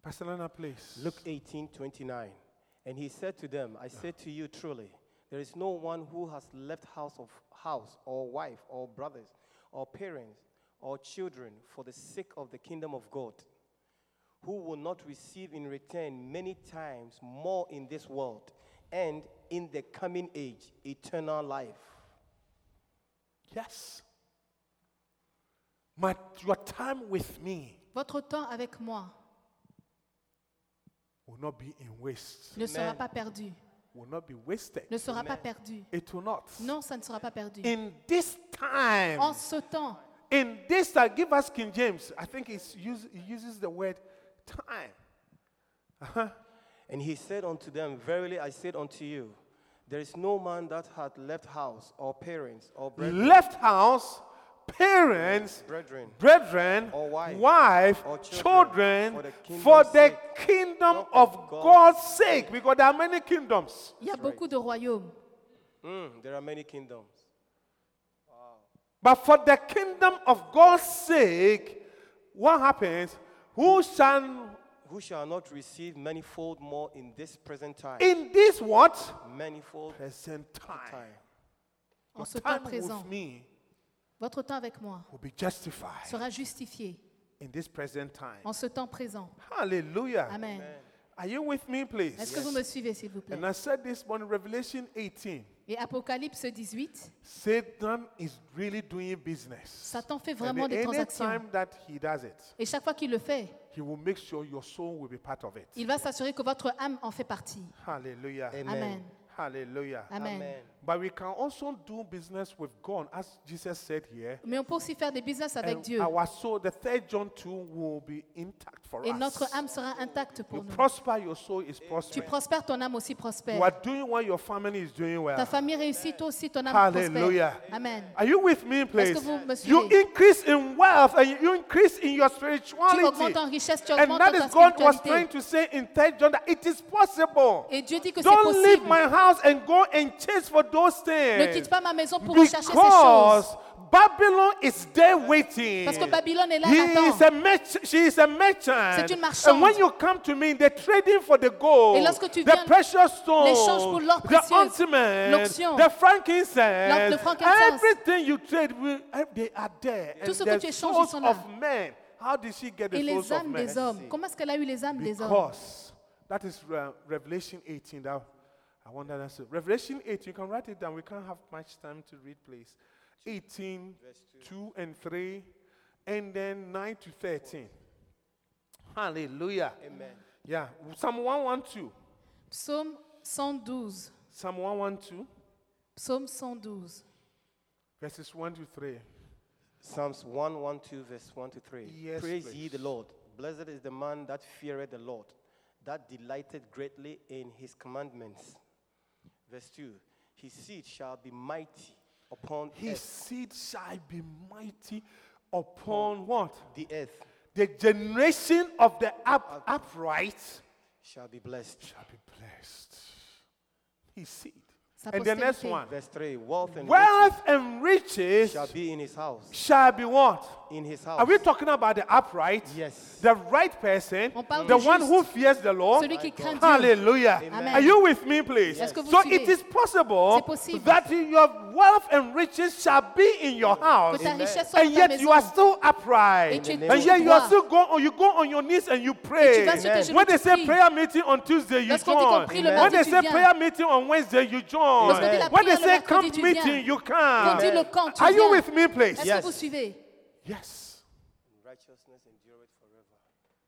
Speaker 3: Pastor Lana, please.
Speaker 5: Luke 18, 29. And he said to them, I say to you truly, there is no one who has left house of house or wife or brothers or parents or children for the sake of the kingdom of God, who will not receive in return many times more in this world and in the coming age eternal life.
Speaker 3: Yes. My, your time with me
Speaker 4: Votre temps avec moi
Speaker 3: will not be in waste,
Speaker 4: ne sera
Speaker 5: Amen.
Speaker 4: pas perdu.
Speaker 3: will not be wasted.
Speaker 4: Ne sera pas perdu.
Speaker 3: It will not.
Speaker 4: Non, ça ne sera pas perdu.
Speaker 3: In this time,
Speaker 4: En ce temps,
Speaker 3: in this time, give us King James. I think it's use, he uses the word time.
Speaker 5: And he said unto them, Verily I said unto you, there is no man that hath left house or parents or brethren.
Speaker 3: Left house, parents,
Speaker 5: Brethren.
Speaker 3: brethren,
Speaker 5: Or wife. Or
Speaker 3: children,
Speaker 5: children, for the kingdom's
Speaker 3: for the
Speaker 5: sake.
Speaker 3: kingdom
Speaker 5: Not
Speaker 3: of
Speaker 5: of God's
Speaker 3: God's sake, because there are many kingdoms.
Speaker 4: il y a beaucoup de royaumes.
Speaker 5: Mm, there are many kingdoms.
Speaker 3: But for the kingdom of God's sake, what happens? Who shall
Speaker 5: Who shall not receive manifold more in this present time?
Speaker 3: in this what?
Speaker 5: manifold
Speaker 3: Present time.
Speaker 5: time.
Speaker 4: En
Speaker 3: Your
Speaker 4: ce temps
Speaker 3: time
Speaker 4: présent,
Speaker 3: with me
Speaker 4: votre temps avec moi
Speaker 3: will be justified
Speaker 4: sera justifié.
Speaker 3: in this present time.
Speaker 4: En ce temps présent.
Speaker 3: Hallelujah.
Speaker 4: Amen.
Speaker 3: Are you with me, please?
Speaker 4: Est-ce que vous me suivez, s'il vous plaît
Speaker 3: And I said this one, Revelation 18.
Speaker 4: Et Apocalypse 18,
Speaker 3: Satan is really doing business.
Speaker 4: Satan fait
Speaker 3: And
Speaker 4: vraiment des
Speaker 3: any
Speaker 4: transactions.
Speaker 3: time that he does it,
Speaker 4: Et chaque fois qu'il le fait,
Speaker 3: he will make sure your soul will be part of it.
Speaker 4: il va s'assurer que votre âme en fait partie.
Speaker 3: Hallelujah.
Speaker 4: Amen.
Speaker 3: Hallelujah.
Speaker 4: Amen.
Speaker 5: Amen.
Speaker 3: But we can also do business with God, as Jesus said here.
Speaker 4: Mais on peut aussi faire des business avec
Speaker 3: And
Speaker 4: Dieu.
Speaker 3: Our soul, the third John 2, will be intact for
Speaker 4: Et
Speaker 3: us.
Speaker 4: notre âme sera intacte
Speaker 3: you
Speaker 4: pour nous.
Speaker 3: prosper, your soul is
Speaker 4: Tu
Speaker 3: prospering.
Speaker 4: prospères, ton âme aussi
Speaker 3: You are
Speaker 4: prospère.
Speaker 3: doing what your family is doing well.
Speaker 4: Ta famille réussit, toi aussi, ton âme
Speaker 3: Hallelujah.
Speaker 4: prospère. Amen.
Speaker 3: Are you with me, please?
Speaker 4: que vous me
Speaker 3: You
Speaker 4: suivez?
Speaker 3: increase in wealth and you increase in your
Speaker 4: Tu augmentes
Speaker 3: spirituality.
Speaker 4: en richesse, tu
Speaker 3: And
Speaker 4: augmentes
Speaker 3: that
Speaker 4: en
Speaker 3: is
Speaker 4: ta
Speaker 3: God was trying
Speaker 4: spiritualité.
Speaker 3: to say in third John that it is possible.
Speaker 4: Et Dieu dit que c'est
Speaker 3: Don't leave
Speaker 4: possible.
Speaker 3: my house and go and chase for those
Speaker 4: Ne quitte
Speaker 3: things.
Speaker 4: pas ma maison pour rechercher ces choses.
Speaker 3: Because Babylon is there waiting.
Speaker 4: Parce que Babylone est là,
Speaker 3: He
Speaker 4: elle
Speaker 3: is
Speaker 4: attend.
Speaker 3: a merch- she is a merchant.
Speaker 4: C'est une marchande.
Speaker 3: And when you come to me, they're trading for the gold,
Speaker 4: Et lorsque tu
Speaker 3: the
Speaker 4: viens,
Speaker 3: precious stones,
Speaker 4: l'échange pour l'or
Speaker 3: the
Speaker 4: précieux,
Speaker 3: ointment,
Speaker 4: l'onction,
Speaker 3: the frankincense,
Speaker 4: le frankincense.
Speaker 3: everything you trade, will- they are there.
Speaker 4: Tout
Speaker 3: And
Speaker 4: ce que
Speaker 3: the
Speaker 4: tu échanges,
Speaker 3: souls
Speaker 4: ils sont là.
Speaker 3: of men. How did she get the
Speaker 4: Et
Speaker 3: souls
Speaker 4: les
Speaker 3: of
Speaker 4: âmes
Speaker 3: men?
Speaker 4: des hommes. Comment est-ce qu'elle a eu les âmes des hommes
Speaker 3: Because that is Re- Revelation 18. That I want that answer. Revelation 18. You can write it down. We can't have much time to read, please. 18, 2 and 3, and then 9 to 13. Hallelujah. Amen. Yeah. Psalm 112.
Speaker 4: Psaume 112.
Speaker 3: Psalm 112,
Speaker 4: Psaume 112.
Speaker 3: verses 1 to 3.
Speaker 5: Psalms 112, verse 1 to 3.
Speaker 3: Yes,
Speaker 5: Praise ye
Speaker 3: please.
Speaker 5: the Lord. Blessed is the man that feareth the Lord, that delighteth greatly in his commandments. Verse 2 His seed shall be mighty upon
Speaker 3: His
Speaker 5: earth,
Speaker 3: seed shall be mighty upon what?
Speaker 5: the earth
Speaker 3: The generation of the up, upright
Speaker 5: shall be blessed.
Speaker 3: shall be blessed. His seed.
Speaker 4: Sa
Speaker 3: And the next
Speaker 4: postérité.
Speaker 3: one.
Speaker 5: Verse 3 Wealth and riches
Speaker 3: Wealth and riches
Speaker 5: shall be in his house.
Speaker 3: shall be what?
Speaker 5: In his house.
Speaker 3: Are we talking about the upright?
Speaker 5: Yes.
Speaker 3: The right person,
Speaker 4: On parle
Speaker 3: the
Speaker 4: du
Speaker 3: one
Speaker 4: juste.
Speaker 3: who fears the Lord.
Speaker 4: Celui qui craint Dieu.
Speaker 3: Hallelujah.
Speaker 4: Amen.
Speaker 3: Are you with me, please?
Speaker 4: Est-ce que vous
Speaker 3: So
Speaker 4: suivez?
Speaker 3: it is possible
Speaker 4: C'est possible.
Speaker 3: that your wealth and riches shall be in your house,
Speaker 4: Que ta richesse soit
Speaker 3: and
Speaker 4: dans ta
Speaker 3: yet you are
Speaker 4: maison.
Speaker 3: still
Speaker 4: Et
Speaker 3: upright.
Speaker 4: tu es
Speaker 3: And yet you are
Speaker 4: toujours
Speaker 3: still
Speaker 4: droit.
Speaker 3: go on, you go on your knees and you pray.
Speaker 4: vas sur tes genoux,
Speaker 3: When they
Speaker 4: tu
Speaker 3: say
Speaker 4: pries.
Speaker 3: prayer meeting on Tuesday, you
Speaker 4: Lorsqu'on dit qu'on
Speaker 3: join.
Speaker 4: prie le
Speaker 3: When
Speaker 4: mardi,
Speaker 3: they
Speaker 4: tu
Speaker 3: say
Speaker 4: viens.
Speaker 3: prayer meeting on Wednesday, you join.
Speaker 4: Lorsqu'on dit la
Speaker 3: When they
Speaker 4: prière le
Speaker 3: say
Speaker 4: mercredi,
Speaker 3: camp
Speaker 4: tu viens.
Speaker 3: meeting, you
Speaker 4: Quand
Speaker 3: come.
Speaker 4: dit le camp, tu
Speaker 3: Are you
Speaker 4: viens.
Speaker 3: with me, please?
Speaker 4: Est-ce
Speaker 5: Yes.
Speaker 4: que vous suivez
Speaker 3: Yes.
Speaker 5: Righteousness endureth forever.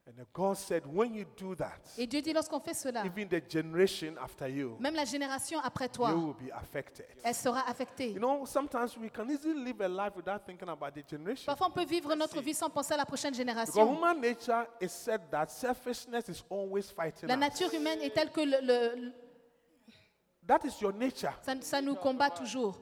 Speaker 3: And God said, when you do that,
Speaker 4: Et Dieu dit lorsqu'on fait cela,
Speaker 3: even the generation after you,
Speaker 4: même la génération après
Speaker 3: you
Speaker 4: toi,
Speaker 3: will be affected.
Speaker 4: elle sera affectée.
Speaker 3: You know, sometimes we can easily live a life without thinking about the generation.
Speaker 4: Parfois, on peut vivre notre vie sans penser à la prochaine
Speaker 3: Because
Speaker 4: génération.
Speaker 3: human nature is said that selfishness is always fighting
Speaker 4: La
Speaker 3: us.
Speaker 4: nature humaine est telle que le- le-
Speaker 3: That is your nature.
Speaker 4: ça, ça nous combat toujours.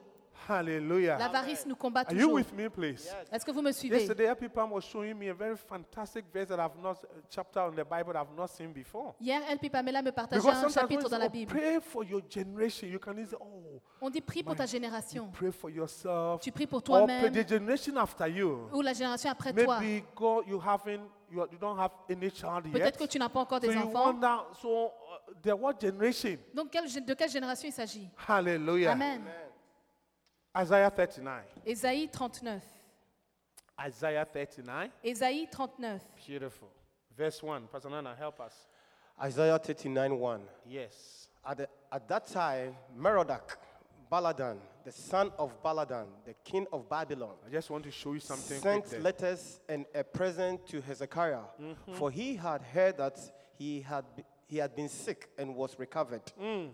Speaker 3: Hallelujah.
Speaker 4: L'avarice nous combat
Speaker 3: Are you
Speaker 4: toujours.
Speaker 3: with me, please?
Speaker 4: Est-ce que vous me suivez
Speaker 3: Yesterday, Happy Palm was showing me a very fantastic verse that I've not chapter in the Bible that I've not seen before.
Speaker 4: Hier, elle puis Pamela me partageaient
Speaker 3: Because
Speaker 4: un
Speaker 3: sometimes when
Speaker 4: chapitre
Speaker 3: you
Speaker 4: dans la
Speaker 3: say, oh,
Speaker 4: Bible.
Speaker 3: pray for your generation, you can easily oh
Speaker 4: On dit prie pour ta génération
Speaker 3: pray for yourself.
Speaker 4: Tu pries pour
Speaker 3: or pray
Speaker 4: toi-même.
Speaker 3: the generation after you.
Speaker 4: ou la génération après toi.
Speaker 3: Maybe God, you haven't, you, are- you don't have any child yet.
Speaker 4: Peut-être que tu n'as pas encore
Speaker 3: so
Speaker 4: des
Speaker 3: you
Speaker 4: enfants.
Speaker 3: wonder, so uh, the what generation?
Speaker 4: Donc, quelle gé- de quelle génération il s'agit
Speaker 3: Hallelujah.
Speaker 4: Amen.
Speaker 3: Isaiah 39.
Speaker 4: Ésaïe 39.
Speaker 3: Isaiah 39.
Speaker 4: Ésaïe 39.
Speaker 3: Beautiful. Verse 1. Pastor Nana, help us.
Speaker 5: Isaiah 39 1.
Speaker 3: Yes.
Speaker 5: At, the, at that time, Merodach Baladan, the son of Baladan, the king of Babylon,
Speaker 3: I just want to show you something. quick there.
Speaker 5: sent letters and a present to Hezekiah,
Speaker 3: Mm-hmm.
Speaker 5: for he had heard that he had, be- he had been sick and was recovered.
Speaker 3: Mm.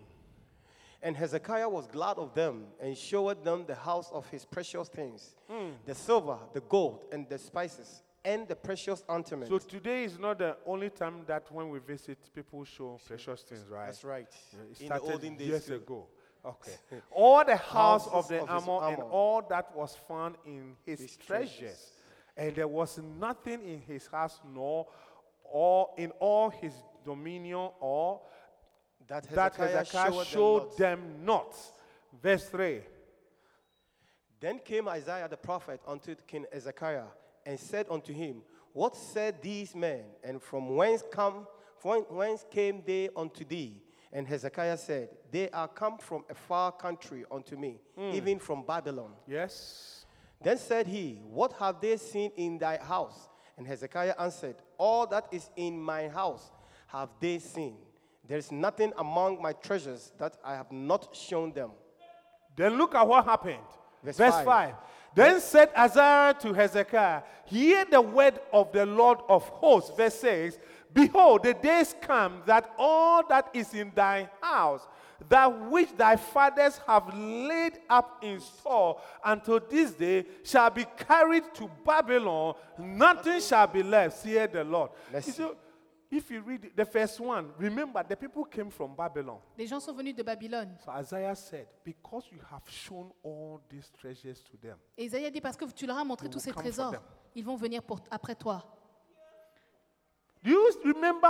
Speaker 5: And Hezekiah was glad of them and showed them the house of his precious things
Speaker 3: Mm.
Speaker 5: the silver, the gold, and the spices, and the precious ornaments.
Speaker 3: So today is not the only time that when we visit, people show precious things, right?
Speaker 5: That's right.
Speaker 3: It
Speaker 5: In the
Speaker 3: started
Speaker 5: olden days,
Speaker 3: years
Speaker 5: too.
Speaker 3: ago. Okay. all the house
Speaker 5: Houses
Speaker 3: of the
Speaker 5: of his
Speaker 3: armor and
Speaker 5: armor.
Speaker 3: all that was found in his,
Speaker 5: His
Speaker 3: treasures.
Speaker 5: treasures.
Speaker 3: And there was nothing in his house, nor all in all his dominion, or
Speaker 5: that
Speaker 3: that
Speaker 5: Hezekiah,
Speaker 3: Hezekiah
Speaker 5: showed, them.
Speaker 3: showed
Speaker 5: not.
Speaker 3: them not. Verse 3.
Speaker 5: Then came Isaiah the prophet unto King Ezekiah and said unto him, What said these men, and from whence come from whence came they unto thee? And Hezekiah said, They are come from a far country unto me, even from Babylon.
Speaker 3: Yes.
Speaker 5: Then said he, What have they seen in thy house? And Hezekiah answered, All that is in my house have they seen. There is nothing among my treasures that I have not shown them.
Speaker 3: Then look at what happened. Verse,
Speaker 5: Verse
Speaker 3: 5.
Speaker 5: five.
Speaker 3: Then said Isaiah to Hezekiah, Hear the word of the Lord of hosts. Verse 6 Behold, the days come that all that is in thy house, that which thy fathers have laid up in store until this day, shall be carried to Babylon. Nothing shall be left, saith the Lord.
Speaker 5: Let's
Speaker 3: You
Speaker 5: see.
Speaker 3: know, if you read the first one, remember the people came from Babylon.
Speaker 4: Les gens sont venus de Babylone.
Speaker 3: So Isaiah said, Because you have shown all these treasures to them.
Speaker 4: Et Isaïe dit parce que tu leur as montré
Speaker 3: They
Speaker 4: tous
Speaker 3: will
Speaker 4: ces
Speaker 3: come for
Speaker 4: trésors,
Speaker 3: them.
Speaker 4: ils vont venir pour- après toi.
Speaker 3: Do you remember?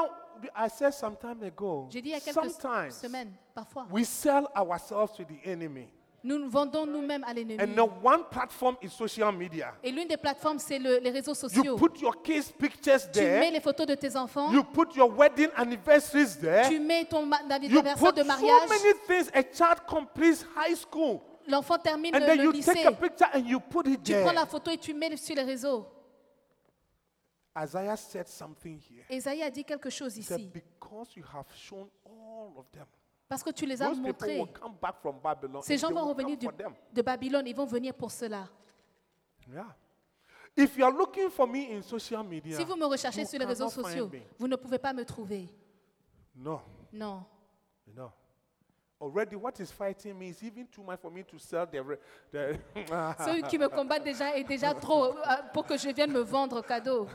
Speaker 3: I said some time ago,
Speaker 4: J'ai dit il y a quelques
Speaker 3: sometimes
Speaker 4: semaines, parfois,
Speaker 3: we sell ourselves to the enemy.
Speaker 4: nous nous vendons nous-mêmes à l'ennemi.
Speaker 3: And the one platform is social media.
Speaker 4: Et l'une des plateformes, c'est le- les réseaux
Speaker 3: You
Speaker 4: sociaux.
Speaker 3: put your kids' pictures
Speaker 4: Tu mets
Speaker 3: there,
Speaker 4: les photos de tes enfants,
Speaker 3: you put your wedding anniversaries
Speaker 4: tu
Speaker 3: there,
Speaker 4: mets ton ma-
Speaker 3: you
Speaker 4: anniversaire
Speaker 3: put
Speaker 4: de
Speaker 3: so
Speaker 4: mariage,
Speaker 3: many things. A child completes high school,
Speaker 4: l'enfant termine
Speaker 3: and
Speaker 4: le,
Speaker 3: then
Speaker 4: le
Speaker 3: you take
Speaker 4: lycée.
Speaker 3: a picture and you put it
Speaker 4: Tu prends la
Speaker 3: there.
Speaker 4: photo et tu mets sur les réseaux.
Speaker 3: Isaiah said something here.
Speaker 4: Esaïe a dit quelque chose
Speaker 3: He said,
Speaker 4: ici.
Speaker 3: Because you have shown all of them.
Speaker 4: Parce que tu les as
Speaker 3: Those people
Speaker 4: montrés.
Speaker 3: will come back from Babylon.
Speaker 4: Ces
Speaker 3: and
Speaker 4: gens
Speaker 3: they
Speaker 4: vont
Speaker 3: will come
Speaker 4: revenir du-
Speaker 3: for them.
Speaker 4: de Babylone, ils vont venir pour cela.
Speaker 3: Yeah. If you are looking for me in social media,
Speaker 4: Si vous me recherchez
Speaker 3: you
Speaker 4: sur les réseaux
Speaker 3: cannot find
Speaker 4: sociaux,
Speaker 3: me.
Speaker 4: vous ne pouvez pas me trouver.
Speaker 3: no,
Speaker 4: Non.
Speaker 3: no. Already, what is fighting me is even too much for me to sell the. re- the Ah.
Speaker 4: Ceux qui me combattent déjà est déjà trop euh, pour que je vienne me vendre cadeau.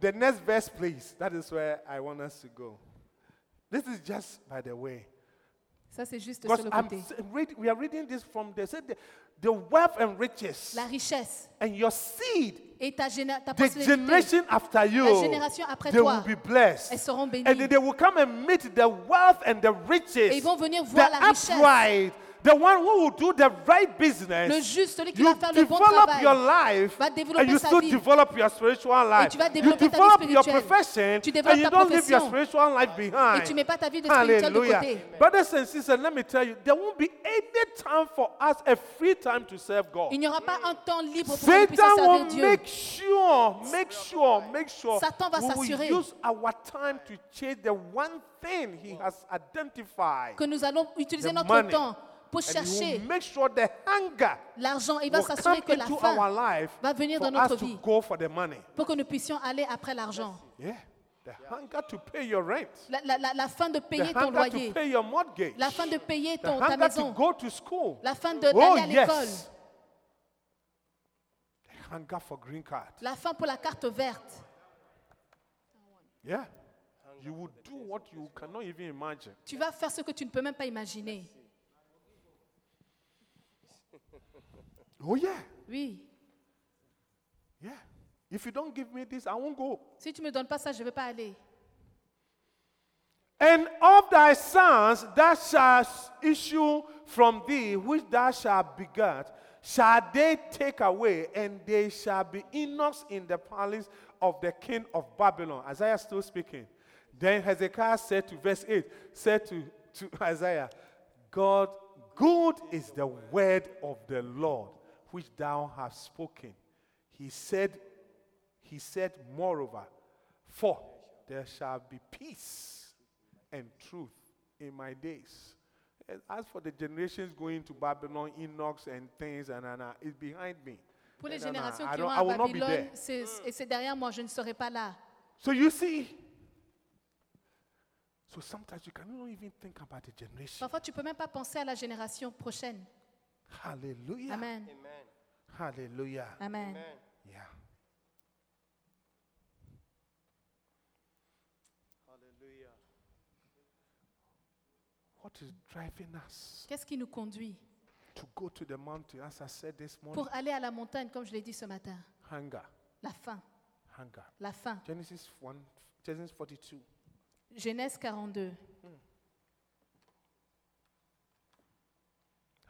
Speaker 3: The next verse, please. That is where I want us to go. This is just by the way.
Speaker 4: Ça, c'est juste sur
Speaker 3: Because
Speaker 4: le
Speaker 3: I'm
Speaker 4: côté.
Speaker 3: s- read- we are reading this from the, said the, the wealth and riches
Speaker 4: La richesse
Speaker 3: and your seed,
Speaker 4: et ta, géné- ta
Speaker 3: the
Speaker 4: prospérité,
Speaker 3: generation after you,
Speaker 4: génération après
Speaker 3: they
Speaker 4: toi,
Speaker 3: will be blessed.
Speaker 4: elles seront
Speaker 3: And then
Speaker 4: bénies.
Speaker 3: they will come and meet the wealth and the riches,
Speaker 4: Et ils vont venir
Speaker 3: the
Speaker 4: voir la richesse.
Speaker 3: upright, the one who will do the right business.
Speaker 4: Le juste, celui qui
Speaker 3: you
Speaker 4: va faire le bon
Speaker 3: develop
Speaker 4: travail.
Speaker 3: your life,
Speaker 4: Va développer
Speaker 3: and you
Speaker 4: sa
Speaker 3: still
Speaker 4: vie.
Speaker 3: develop your spiritual life.
Speaker 4: tu vas
Speaker 3: you
Speaker 4: développer ta vie
Speaker 3: develop your
Speaker 4: spirituelle.
Speaker 3: profession,
Speaker 4: Tu
Speaker 3: and
Speaker 4: développes
Speaker 3: you
Speaker 4: ta
Speaker 3: don't leave your
Speaker 4: profession.
Speaker 3: spiritual life behind.
Speaker 4: tu mets pas ta vie de spirituelle de
Speaker 3: Hallelujah.
Speaker 4: côté.
Speaker 3: Brothers and sisters, let me tell you, there won't be any time for us a free time to serve God.
Speaker 4: Il n'y aura pas un temps libre pour que nous
Speaker 3: Satan
Speaker 4: puissions servir
Speaker 3: will
Speaker 4: Dieu.
Speaker 3: make sure, make sure, make sure
Speaker 4: Satan va
Speaker 3: we will
Speaker 4: s'assurer.
Speaker 3: use our time to chase the one thing he has identified.
Speaker 4: Que nous allons utiliser
Speaker 3: The
Speaker 4: notre
Speaker 3: money.
Speaker 4: temps pour
Speaker 3: And he
Speaker 4: chercher
Speaker 3: will make sure the hunger
Speaker 4: l'argent. Il va
Speaker 3: will come
Speaker 4: s'assurer que la
Speaker 3: into our
Speaker 4: faim
Speaker 3: life
Speaker 4: va venir
Speaker 3: for
Speaker 4: dans notre
Speaker 3: us to
Speaker 4: vie.
Speaker 3: go for the money.
Speaker 4: pour que nous puissions aller après l'argent.
Speaker 3: Yeah, the hunger to pay your rent,
Speaker 4: La, la- la- la fin de
Speaker 3: the
Speaker 4: payer ton
Speaker 3: hunger to
Speaker 4: loyer,
Speaker 3: pay your mortgage,
Speaker 4: la fin de payer
Speaker 3: the
Speaker 4: ton, ta
Speaker 3: hunger to
Speaker 4: maison,
Speaker 3: go to school.
Speaker 4: la fin de- d'aller
Speaker 3: Oh,
Speaker 4: à l'école,
Speaker 3: yes. The hunger for green card.
Speaker 4: la fin pour la carte verte.
Speaker 3: Yeah. You will do what you cannot even imagine.
Speaker 4: Tu vas faire ce que tu ne peux même pas imaginer.
Speaker 3: Oh, yeah.
Speaker 4: Oui.
Speaker 3: Yeah. If you don't give me this, I won't go.
Speaker 4: Si tu ne me donnes pas ça, je ne vais pas aller.
Speaker 3: And of thy sons that shall issue from thee, which thou shalt begat, shall they take away, and they shall be eunuchs in the palace of the king of Babylon. Isaiah still speaking. Then Hezekiah said to verse 8, said to, to Isaiah, God, good is the word of the Lord which thou hast spoken. He said, He said, moreover, for there shall be peace and truth in my days. And as for the generations going to Babylon, Enochs and things, and, and, and it's behind me.
Speaker 4: Pour les
Speaker 3: And, and, and,
Speaker 4: générations
Speaker 3: I
Speaker 4: qui
Speaker 3: don't-
Speaker 4: vont
Speaker 3: I
Speaker 4: à
Speaker 3: will not be
Speaker 4: Babylone,
Speaker 3: there.
Speaker 4: c'est- et c'est derrière moi, je ne serai pas là.
Speaker 3: So you see, so sometimes you cannot even think about the generation.
Speaker 4: Parfois, tu ne peux même pas penser à la génération prochaine.
Speaker 3: Hallelujah.
Speaker 4: Amen.
Speaker 3: Hallelujah.
Speaker 4: Amen.
Speaker 3: Yeah.
Speaker 5: Hallelujah.
Speaker 3: What is driving us
Speaker 4: Qu'est-ce qui nous conduit
Speaker 3: to go to the mountain? As I said this morning,
Speaker 4: pour aller à la montagne, comme je l'ai dit ce matin
Speaker 3: hunger,
Speaker 4: La faim.
Speaker 3: hunger.
Speaker 4: La faim.
Speaker 3: Genesis one, Genesis forty-two.
Speaker 4: Genèse 42.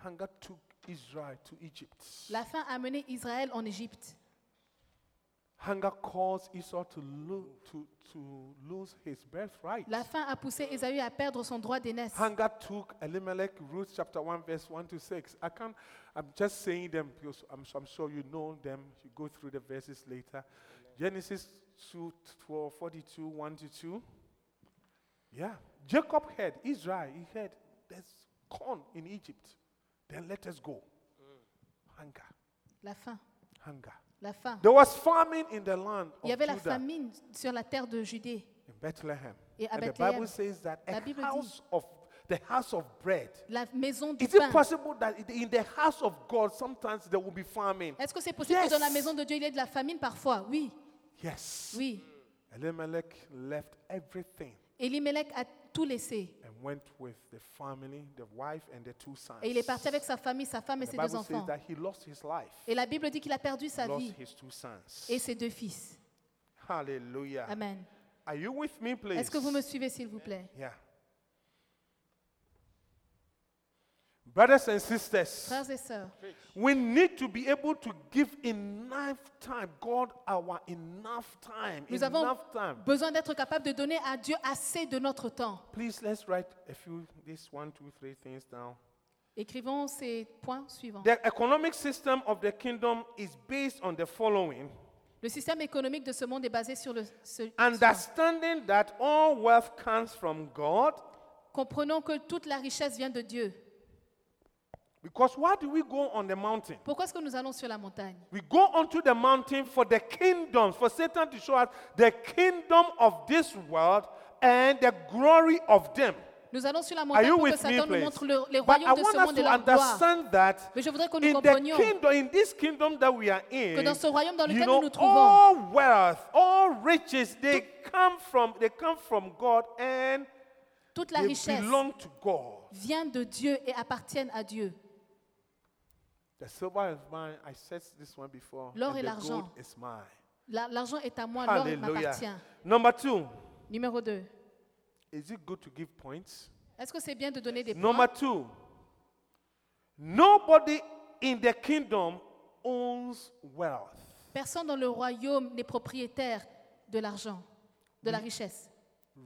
Speaker 3: Hunger took Israel to Egypt.
Speaker 4: La faim a mené Israël en Égypte.
Speaker 3: Hunger caused Esau to, lo- to, to lose his birthright.
Speaker 4: La faim a poussé Esaü à perdre son droit d'aînesse.
Speaker 3: Hunger took Elimelech, Ruth chapter 1, verse 1 to 6. I can't, I'm just saying them because I'm, I'm sure you know them. You go through the verses later. Genesis 2, 12, 42, 1 to 2. Yeah. Jacob heard, Israel, he heard, there's corn in Egypt. Then let us go.
Speaker 4: Mm.
Speaker 3: Hunger,
Speaker 4: La faim.
Speaker 3: hunger.
Speaker 4: La faim.
Speaker 3: There was famine in the land of
Speaker 4: Il y avait la
Speaker 3: Judah.
Speaker 4: famine sur la terre de Judée.
Speaker 3: in Bethlehem.
Speaker 4: Et à
Speaker 3: and the
Speaker 4: Bethléem.
Speaker 3: Bible says that
Speaker 4: La
Speaker 3: a
Speaker 4: Bible dit-
Speaker 3: house of the house of bread.
Speaker 4: La maison du
Speaker 3: Is it
Speaker 4: pain.
Speaker 3: possible that in- in the house of God sometimes there will be famine?
Speaker 4: Est-ce que c'est possible
Speaker 3: Yes.
Speaker 4: que dans la maison de Dieu, il y ait de la famine parfois Oui,
Speaker 3: Yes.
Speaker 4: oui.
Speaker 3: Elimelech left everything
Speaker 4: Elimelech a tout laissé.
Speaker 3: and went with the family, the wife, and the two sons.
Speaker 4: Et il est parti avec sa famille, sa femme et
Speaker 3: The
Speaker 4: ses deux
Speaker 3: Bible says
Speaker 4: enfants.
Speaker 3: that he lost his life,
Speaker 4: Et la Bible dit qu'il a perdu sa
Speaker 3: lost
Speaker 4: vie
Speaker 3: his two sons.
Speaker 4: et ses deux fils.
Speaker 3: Hallelujah.
Speaker 4: Amen.
Speaker 3: Are you with me, please?
Speaker 4: Est-ce que vous me suivez, s'il vous plaît
Speaker 3: Yeah. Brothers and sisters,
Speaker 4: Frères et sœurs,
Speaker 3: We need to be able to give enough time, God, our enough time,
Speaker 4: nous avons
Speaker 3: enough time.
Speaker 4: besoin d'être capables de donner à Dieu assez de notre temps.
Speaker 3: Please let's write a few, these one, two, three things down.
Speaker 4: Écrivons ces points suivants.
Speaker 3: The economic system of the kingdom is based on the following:
Speaker 4: Le système économique de ce monde est basé sur le. ce- sur-
Speaker 3: understanding that all wealth comes from God.
Speaker 4: Comprenons que toute la richesse vient de Dieu.
Speaker 3: Because why do we go on the mountain?
Speaker 4: Pourquoi est-ce que nous allons sur la montagne
Speaker 3: We go onto the mountain for the kingdom, for Satan to show us the kingdom of this world and the glory of them.
Speaker 4: Nous allons sur la
Speaker 3: Are
Speaker 4: montagne
Speaker 3: you
Speaker 4: pour que
Speaker 3: with me,
Speaker 4: Satan nous
Speaker 3: please?
Speaker 4: montre le- les
Speaker 3: But I
Speaker 4: royaumes de
Speaker 3: want
Speaker 4: ce
Speaker 3: us
Speaker 4: monde et
Speaker 3: to
Speaker 4: leur gloire.
Speaker 3: understand that
Speaker 4: Mais je voudrais que nous
Speaker 3: in the
Speaker 4: comprenions
Speaker 3: kingdom, in this kingdom that we are
Speaker 4: que
Speaker 3: in,
Speaker 4: dans ce royaume dans
Speaker 3: you
Speaker 4: lequel nous
Speaker 3: know,
Speaker 4: nous trouvons,
Speaker 3: all wealth, all riches, they come from they come from God and
Speaker 4: toute la
Speaker 3: they
Speaker 4: richesse
Speaker 3: belong to God.
Speaker 4: vient de Dieu et appartiennent à Dieu.
Speaker 3: The silver is mine. I said this one before.
Speaker 4: L'or
Speaker 3: and
Speaker 4: et
Speaker 3: the
Speaker 4: l'argent.
Speaker 3: gold is mine.
Speaker 4: La- L'argent est à moi, l'or il m'appartient.
Speaker 3: Hallelujah. Number two,
Speaker 4: Numéro 2.
Speaker 3: is it good to give points?
Speaker 4: Est-ce que c'est bien de donner des
Speaker 3: Number
Speaker 4: points
Speaker 3: two, nobody in the kingdom owns wealth.
Speaker 4: Personne dans le royaume n'est propriétaire de l'argent, de la richesse.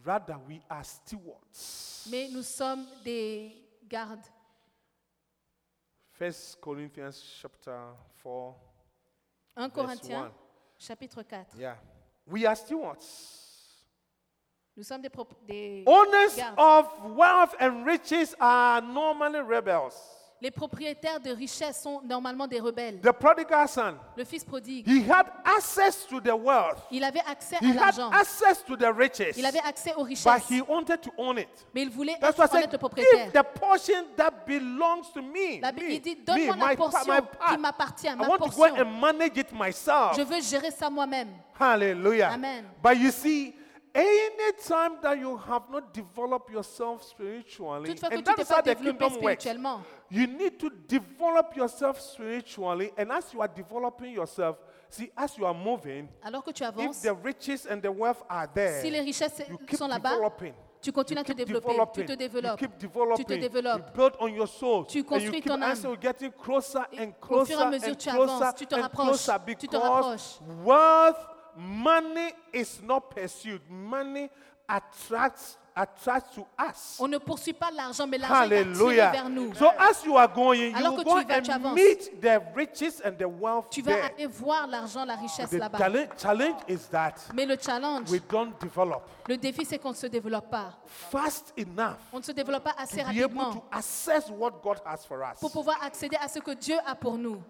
Speaker 3: Rather, we are stewards.
Speaker 4: Mais nous sommes des gardes.
Speaker 3: First Corinthians chapter four. one.
Speaker 4: 1 Corinthiens, chapitre 4.
Speaker 3: Yeah. We are stewards.
Speaker 4: Nous sommes des, prop- des
Speaker 3: Owners
Speaker 4: gardes.
Speaker 3: of wealth and riches are normally rebels.
Speaker 4: Les propriétaires de richesses sont normalement des rebelles.
Speaker 3: The prodigal son,
Speaker 4: Le fils prodigue,
Speaker 3: he had access to the wealth.
Speaker 4: il avait accès
Speaker 3: He
Speaker 4: à
Speaker 3: had
Speaker 4: l'argent,
Speaker 3: access to the riches.
Speaker 4: il avait accès aux
Speaker 3: But
Speaker 4: richesses,
Speaker 3: he wanted to own it.
Speaker 4: mais il voulait
Speaker 3: That's
Speaker 4: être,
Speaker 3: why I
Speaker 4: en être
Speaker 3: said,
Speaker 4: le
Speaker 3: give
Speaker 4: propriétaire.
Speaker 3: the portion that belongs to me.
Speaker 4: La Bible
Speaker 3: me,
Speaker 4: dit, donne-moi
Speaker 3: me,
Speaker 4: la
Speaker 3: my pa-
Speaker 4: portion
Speaker 3: my
Speaker 4: qui
Speaker 3: part.
Speaker 4: m'appartient,
Speaker 3: I
Speaker 4: ma
Speaker 3: want to go
Speaker 4: portion.
Speaker 3: and manage it myself.
Speaker 4: Je veux gérer ça moi-même.
Speaker 3: Hallelujah.
Speaker 4: Amen.
Speaker 3: But you see, anytime that you have not developed yourself spiritually,
Speaker 4: Toutefois que
Speaker 3: and
Speaker 4: tu
Speaker 3: that
Speaker 4: t'es
Speaker 3: is
Speaker 4: pas
Speaker 3: how the
Speaker 4: développé
Speaker 3: kingdom works.
Speaker 4: spirituellement,
Speaker 3: You need to develop yourself spiritually, and as you are developing yourself, see, as you are moving,
Speaker 4: alors que tu
Speaker 3: if
Speaker 4: avances,
Speaker 3: the riches and the wealth are there,
Speaker 4: si les richesses
Speaker 3: you keep
Speaker 4: sont là-bas,
Speaker 3: developing.
Speaker 4: tu continues à te
Speaker 3: keep
Speaker 4: développer,
Speaker 3: developing,
Speaker 4: tu te
Speaker 3: you
Speaker 4: développes,
Speaker 3: keep
Speaker 4: tu te
Speaker 3: developing,
Speaker 4: développes.
Speaker 3: You build on your soul.
Speaker 4: Tu
Speaker 3: and you
Speaker 4: construis
Speaker 3: keep
Speaker 4: ton âme.
Speaker 3: as you're getting closer and
Speaker 4: Et au
Speaker 3: closer
Speaker 4: fur et à mesure,
Speaker 3: and
Speaker 4: tu
Speaker 3: closer
Speaker 4: avances, tu te
Speaker 3: and
Speaker 4: rapproches,
Speaker 3: closer
Speaker 4: tu te
Speaker 3: because
Speaker 4: rapproches.
Speaker 3: wealth, money is not pursued. Money attracts attracts to us.
Speaker 4: on ne poursuit pas l'argent, mais l'argent est attiré vers
Speaker 3: Hallelujah.
Speaker 4: nous.
Speaker 3: So as you are going,
Speaker 4: Alors
Speaker 3: you
Speaker 4: que
Speaker 3: go
Speaker 4: tu y vas, tu
Speaker 3: and
Speaker 4: avances.
Speaker 3: meet the riches and the wealth
Speaker 4: Tu vas
Speaker 3: there.
Speaker 4: aller voir l'argent, la richesse
Speaker 3: The
Speaker 4: là-bas.
Speaker 3: challenge, challenge is that
Speaker 4: Mais le challenge,
Speaker 3: we don't develop
Speaker 4: le défi, c'est qu'on ne se développe pas.
Speaker 3: fast enough
Speaker 4: On ne se développe pas assez
Speaker 3: to be able to
Speaker 4: rapidement
Speaker 3: access what God has for us.
Speaker 4: pour pouvoir accéder à ce que Dieu a pour nous.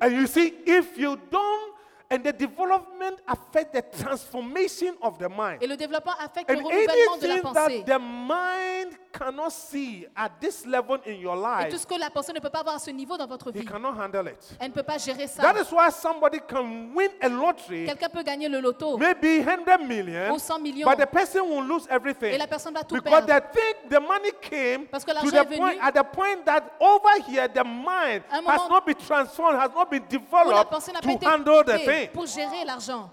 Speaker 3: And you see, if you don't, and the development affect the transformation of the mind.
Speaker 4: Et le développement affecte le
Speaker 3: And
Speaker 4: renouvellement de la
Speaker 3: anything
Speaker 4: pensée.
Speaker 3: that the mind cannot see at this level in your
Speaker 4: Et tout
Speaker 3: life,
Speaker 4: ce que la pensée ne peut pas avoir à ce niveau dans votre
Speaker 3: he
Speaker 4: vie,
Speaker 3: cannot handle it.
Speaker 4: elle ne peut pas gérer ça.
Speaker 3: That is why somebody can win a lottery,
Speaker 4: Quelqu'un peut gagner le loto.
Speaker 3: maybe 100 million,
Speaker 4: Ou 100 millions.
Speaker 3: but the person will lose everything.
Speaker 4: Et la personne va tout
Speaker 3: because
Speaker 4: perdre.
Speaker 3: the thing, the money came
Speaker 4: Parce que
Speaker 3: to
Speaker 4: l'argent
Speaker 3: the
Speaker 4: est venu.
Speaker 3: point, at the point that over here the mind
Speaker 4: À un
Speaker 3: has
Speaker 4: moment-
Speaker 3: not been transformed, has not been
Speaker 4: Où la
Speaker 3: developed
Speaker 4: pensée n'a pas
Speaker 3: to
Speaker 4: été
Speaker 3: handle the
Speaker 4: équipée
Speaker 3: thing.
Speaker 4: pour gérer l'argent.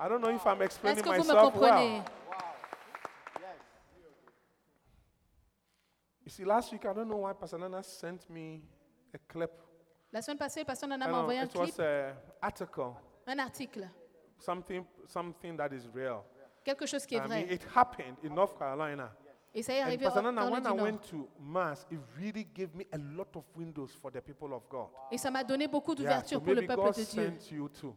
Speaker 3: I don't know if I'm
Speaker 4: Est-ce
Speaker 3: explaining
Speaker 4: que vous me
Speaker 3: myself
Speaker 4: comprenez
Speaker 3: well. You see, last week I don't know why Pastor Nana sent me a clip.
Speaker 4: La semaine passée, le pasteur Nana
Speaker 3: I
Speaker 4: m'a
Speaker 3: know,
Speaker 4: envoyé un
Speaker 3: it
Speaker 4: clip,
Speaker 3: was an article,
Speaker 4: un article,
Speaker 3: something, something that is real.
Speaker 4: quelque chose qui est
Speaker 3: I mean,
Speaker 4: vrai.
Speaker 3: it happened in North Carolina.
Speaker 4: Et ça est
Speaker 3: And
Speaker 4: arrivé
Speaker 3: Pastor
Speaker 4: en-
Speaker 3: Nana,
Speaker 4: dans le
Speaker 3: when I
Speaker 4: du Nord.
Speaker 3: went to mass, it really gave me a lot of windows for the people of God.
Speaker 4: Et ça m'a donné beaucoup
Speaker 3: Yeah, so
Speaker 4: d'ouverture pour le
Speaker 3: maybe
Speaker 4: peuple
Speaker 3: God
Speaker 4: de Dieu.
Speaker 3: sent you to,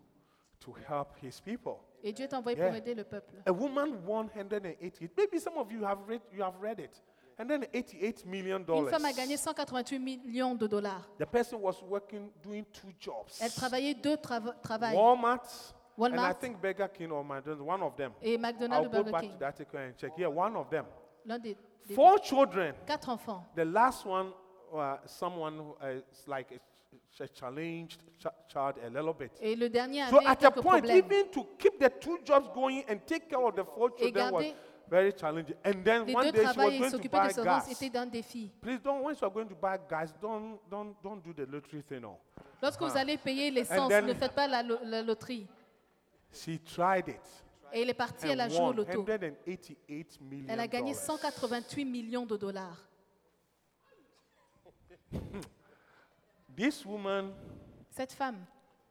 Speaker 3: to help His people.
Speaker 4: Et Dieu t'a envoyé
Speaker 3: Yeah.
Speaker 4: pour aider le peuple.
Speaker 3: A woman won 188. Maybe some of you have read you have read it. 188 million
Speaker 4: Une
Speaker 3: dollars.
Speaker 4: femme a gagné 188 millions de dollars.
Speaker 3: The person was working doing two jobs.
Speaker 4: Elle travaillait deux trava- travails.
Speaker 3: Walmart, and I
Speaker 4: Walmart.
Speaker 3: think Burger King or McDonald's, one of them.
Speaker 4: Et
Speaker 3: I'll
Speaker 4: McDonald's ou
Speaker 3: go
Speaker 4: Burger
Speaker 3: back to
Speaker 4: King.
Speaker 3: the article and check. Yeah, one of them.
Speaker 4: L'un des, des-
Speaker 3: Four children.
Speaker 4: quatre enfants.
Speaker 3: The last one, uh, someone who uh, is like a, a challenged ch- child a little bit.
Speaker 4: Et le dernier avait
Speaker 3: So at a
Speaker 4: quelques
Speaker 3: point,
Speaker 4: problèmes.
Speaker 3: even to keep the two jobs going and take care of the four children was
Speaker 4: garder-
Speaker 3: very challenging. And then
Speaker 4: Les
Speaker 3: one
Speaker 4: deux
Speaker 3: day she was
Speaker 4: travails et
Speaker 3: going to
Speaker 4: s'occuper
Speaker 3: buy
Speaker 4: de son enfance
Speaker 3: gas.
Speaker 4: était un défi.
Speaker 3: Please don't. Once you are going to buy gas, don't don't don't do the lottery thing. Oh,
Speaker 4: Lorsque vous allez payer l'essence,
Speaker 3: then-
Speaker 4: ne faites pas la, lo- la loterie.
Speaker 3: she tried it.
Speaker 4: Et elle est partie, elle a
Speaker 3: and
Speaker 4: joué au
Speaker 3: won
Speaker 4: loto.
Speaker 3: 188 million.
Speaker 4: Elle a gagné
Speaker 3: dollars.
Speaker 4: 188 millions de dollars.
Speaker 3: This woman
Speaker 4: Cette femme,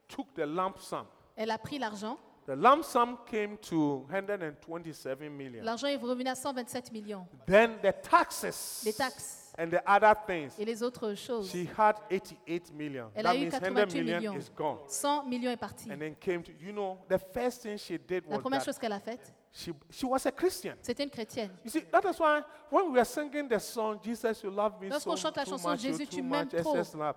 Speaker 3: took the lump sum.
Speaker 4: elle a pris l'argent.
Speaker 3: The lump sum came to 127 million.
Speaker 4: L'argent est revenu à 127 millions.
Speaker 3: Then the taxes
Speaker 4: Les taxes
Speaker 3: and the other things.
Speaker 4: et les autres choses.
Speaker 3: She had 88 million.
Speaker 4: Elle
Speaker 3: that
Speaker 4: a eu
Speaker 3: means 100
Speaker 4: 88
Speaker 3: million
Speaker 4: millions.
Speaker 3: is gone.
Speaker 4: 100 millions est parti.
Speaker 3: And then came to, you know, the first thing she did
Speaker 4: La
Speaker 3: was
Speaker 4: première
Speaker 3: that
Speaker 4: chose qu'elle a faite,
Speaker 3: she, she was a Christian.
Speaker 4: c'était une chrétienne.
Speaker 3: You see, that is why when we are singing the song, Jesus, you love me so
Speaker 4: Lorsqu'on chante la
Speaker 3: too
Speaker 4: chanson,
Speaker 3: much, you
Speaker 4: Jésus,
Speaker 3: too
Speaker 4: tu
Speaker 3: much,
Speaker 4: m'aimes trop.
Speaker 3: excess love.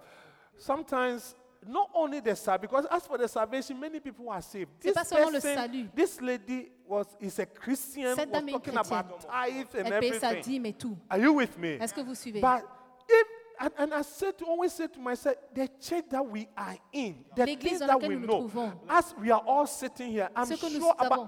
Speaker 3: Sometimes not only the salvation, because as for the salvation, many people are saved.
Speaker 4: C'est pas seulement le salut.
Speaker 3: this lady was is a Christian,
Speaker 4: Cette
Speaker 3: was
Speaker 4: dame est une
Speaker 3: talking about
Speaker 4: chrétienne.
Speaker 3: tithe and
Speaker 4: Elle paye sa
Speaker 3: everything.
Speaker 4: dîme et tout.
Speaker 3: Are you with me?
Speaker 4: Est-ce que vous suivez?
Speaker 3: But if and, and I said to, always say to myself, the church that we are in, the things
Speaker 4: L'église dans
Speaker 3: that
Speaker 4: laquelle
Speaker 3: we
Speaker 4: nous nous
Speaker 3: know,
Speaker 4: trouvons.
Speaker 3: as we are all sitting here, I'm
Speaker 4: Ce que nous
Speaker 3: sure about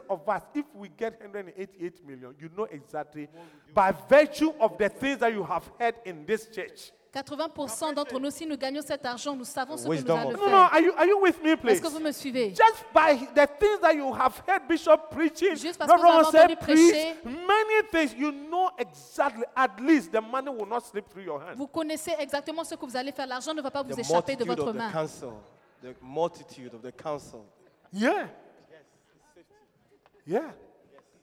Speaker 3: 80% of us, if we get 188 million, you know exactly by virtue of the things that you have heard in this church.
Speaker 4: 80% d'entre nous, si nous gagnons cet argent, nous savons ce que nous
Speaker 5: Wisdom
Speaker 4: allons
Speaker 3: No, no,
Speaker 4: faire.
Speaker 3: are you are you with me, please?
Speaker 4: Est-ce que vous me suivez?
Speaker 3: Just by the things that you have heard Bishop preaching,
Speaker 4: Juste parce que
Speaker 3: Reverend
Speaker 4: vous avez
Speaker 3: said,
Speaker 4: entendu
Speaker 3: preach,
Speaker 4: prêcher.
Speaker 3: many things you know exactly. At least the money will not slip through your hand.
Speaker 4: Vous connaissez exactement ce que vous allez faire. L'argent ne va pas vous
Speaker 5: The
Speaker 4: échapper de
Speaker 5: multitude
Speaker 4: votre
Speaker 5: of the
Speaker 4: main.
Speaker 5: council. The multitude of the council.
Speaker 3: Yeah. Yeah.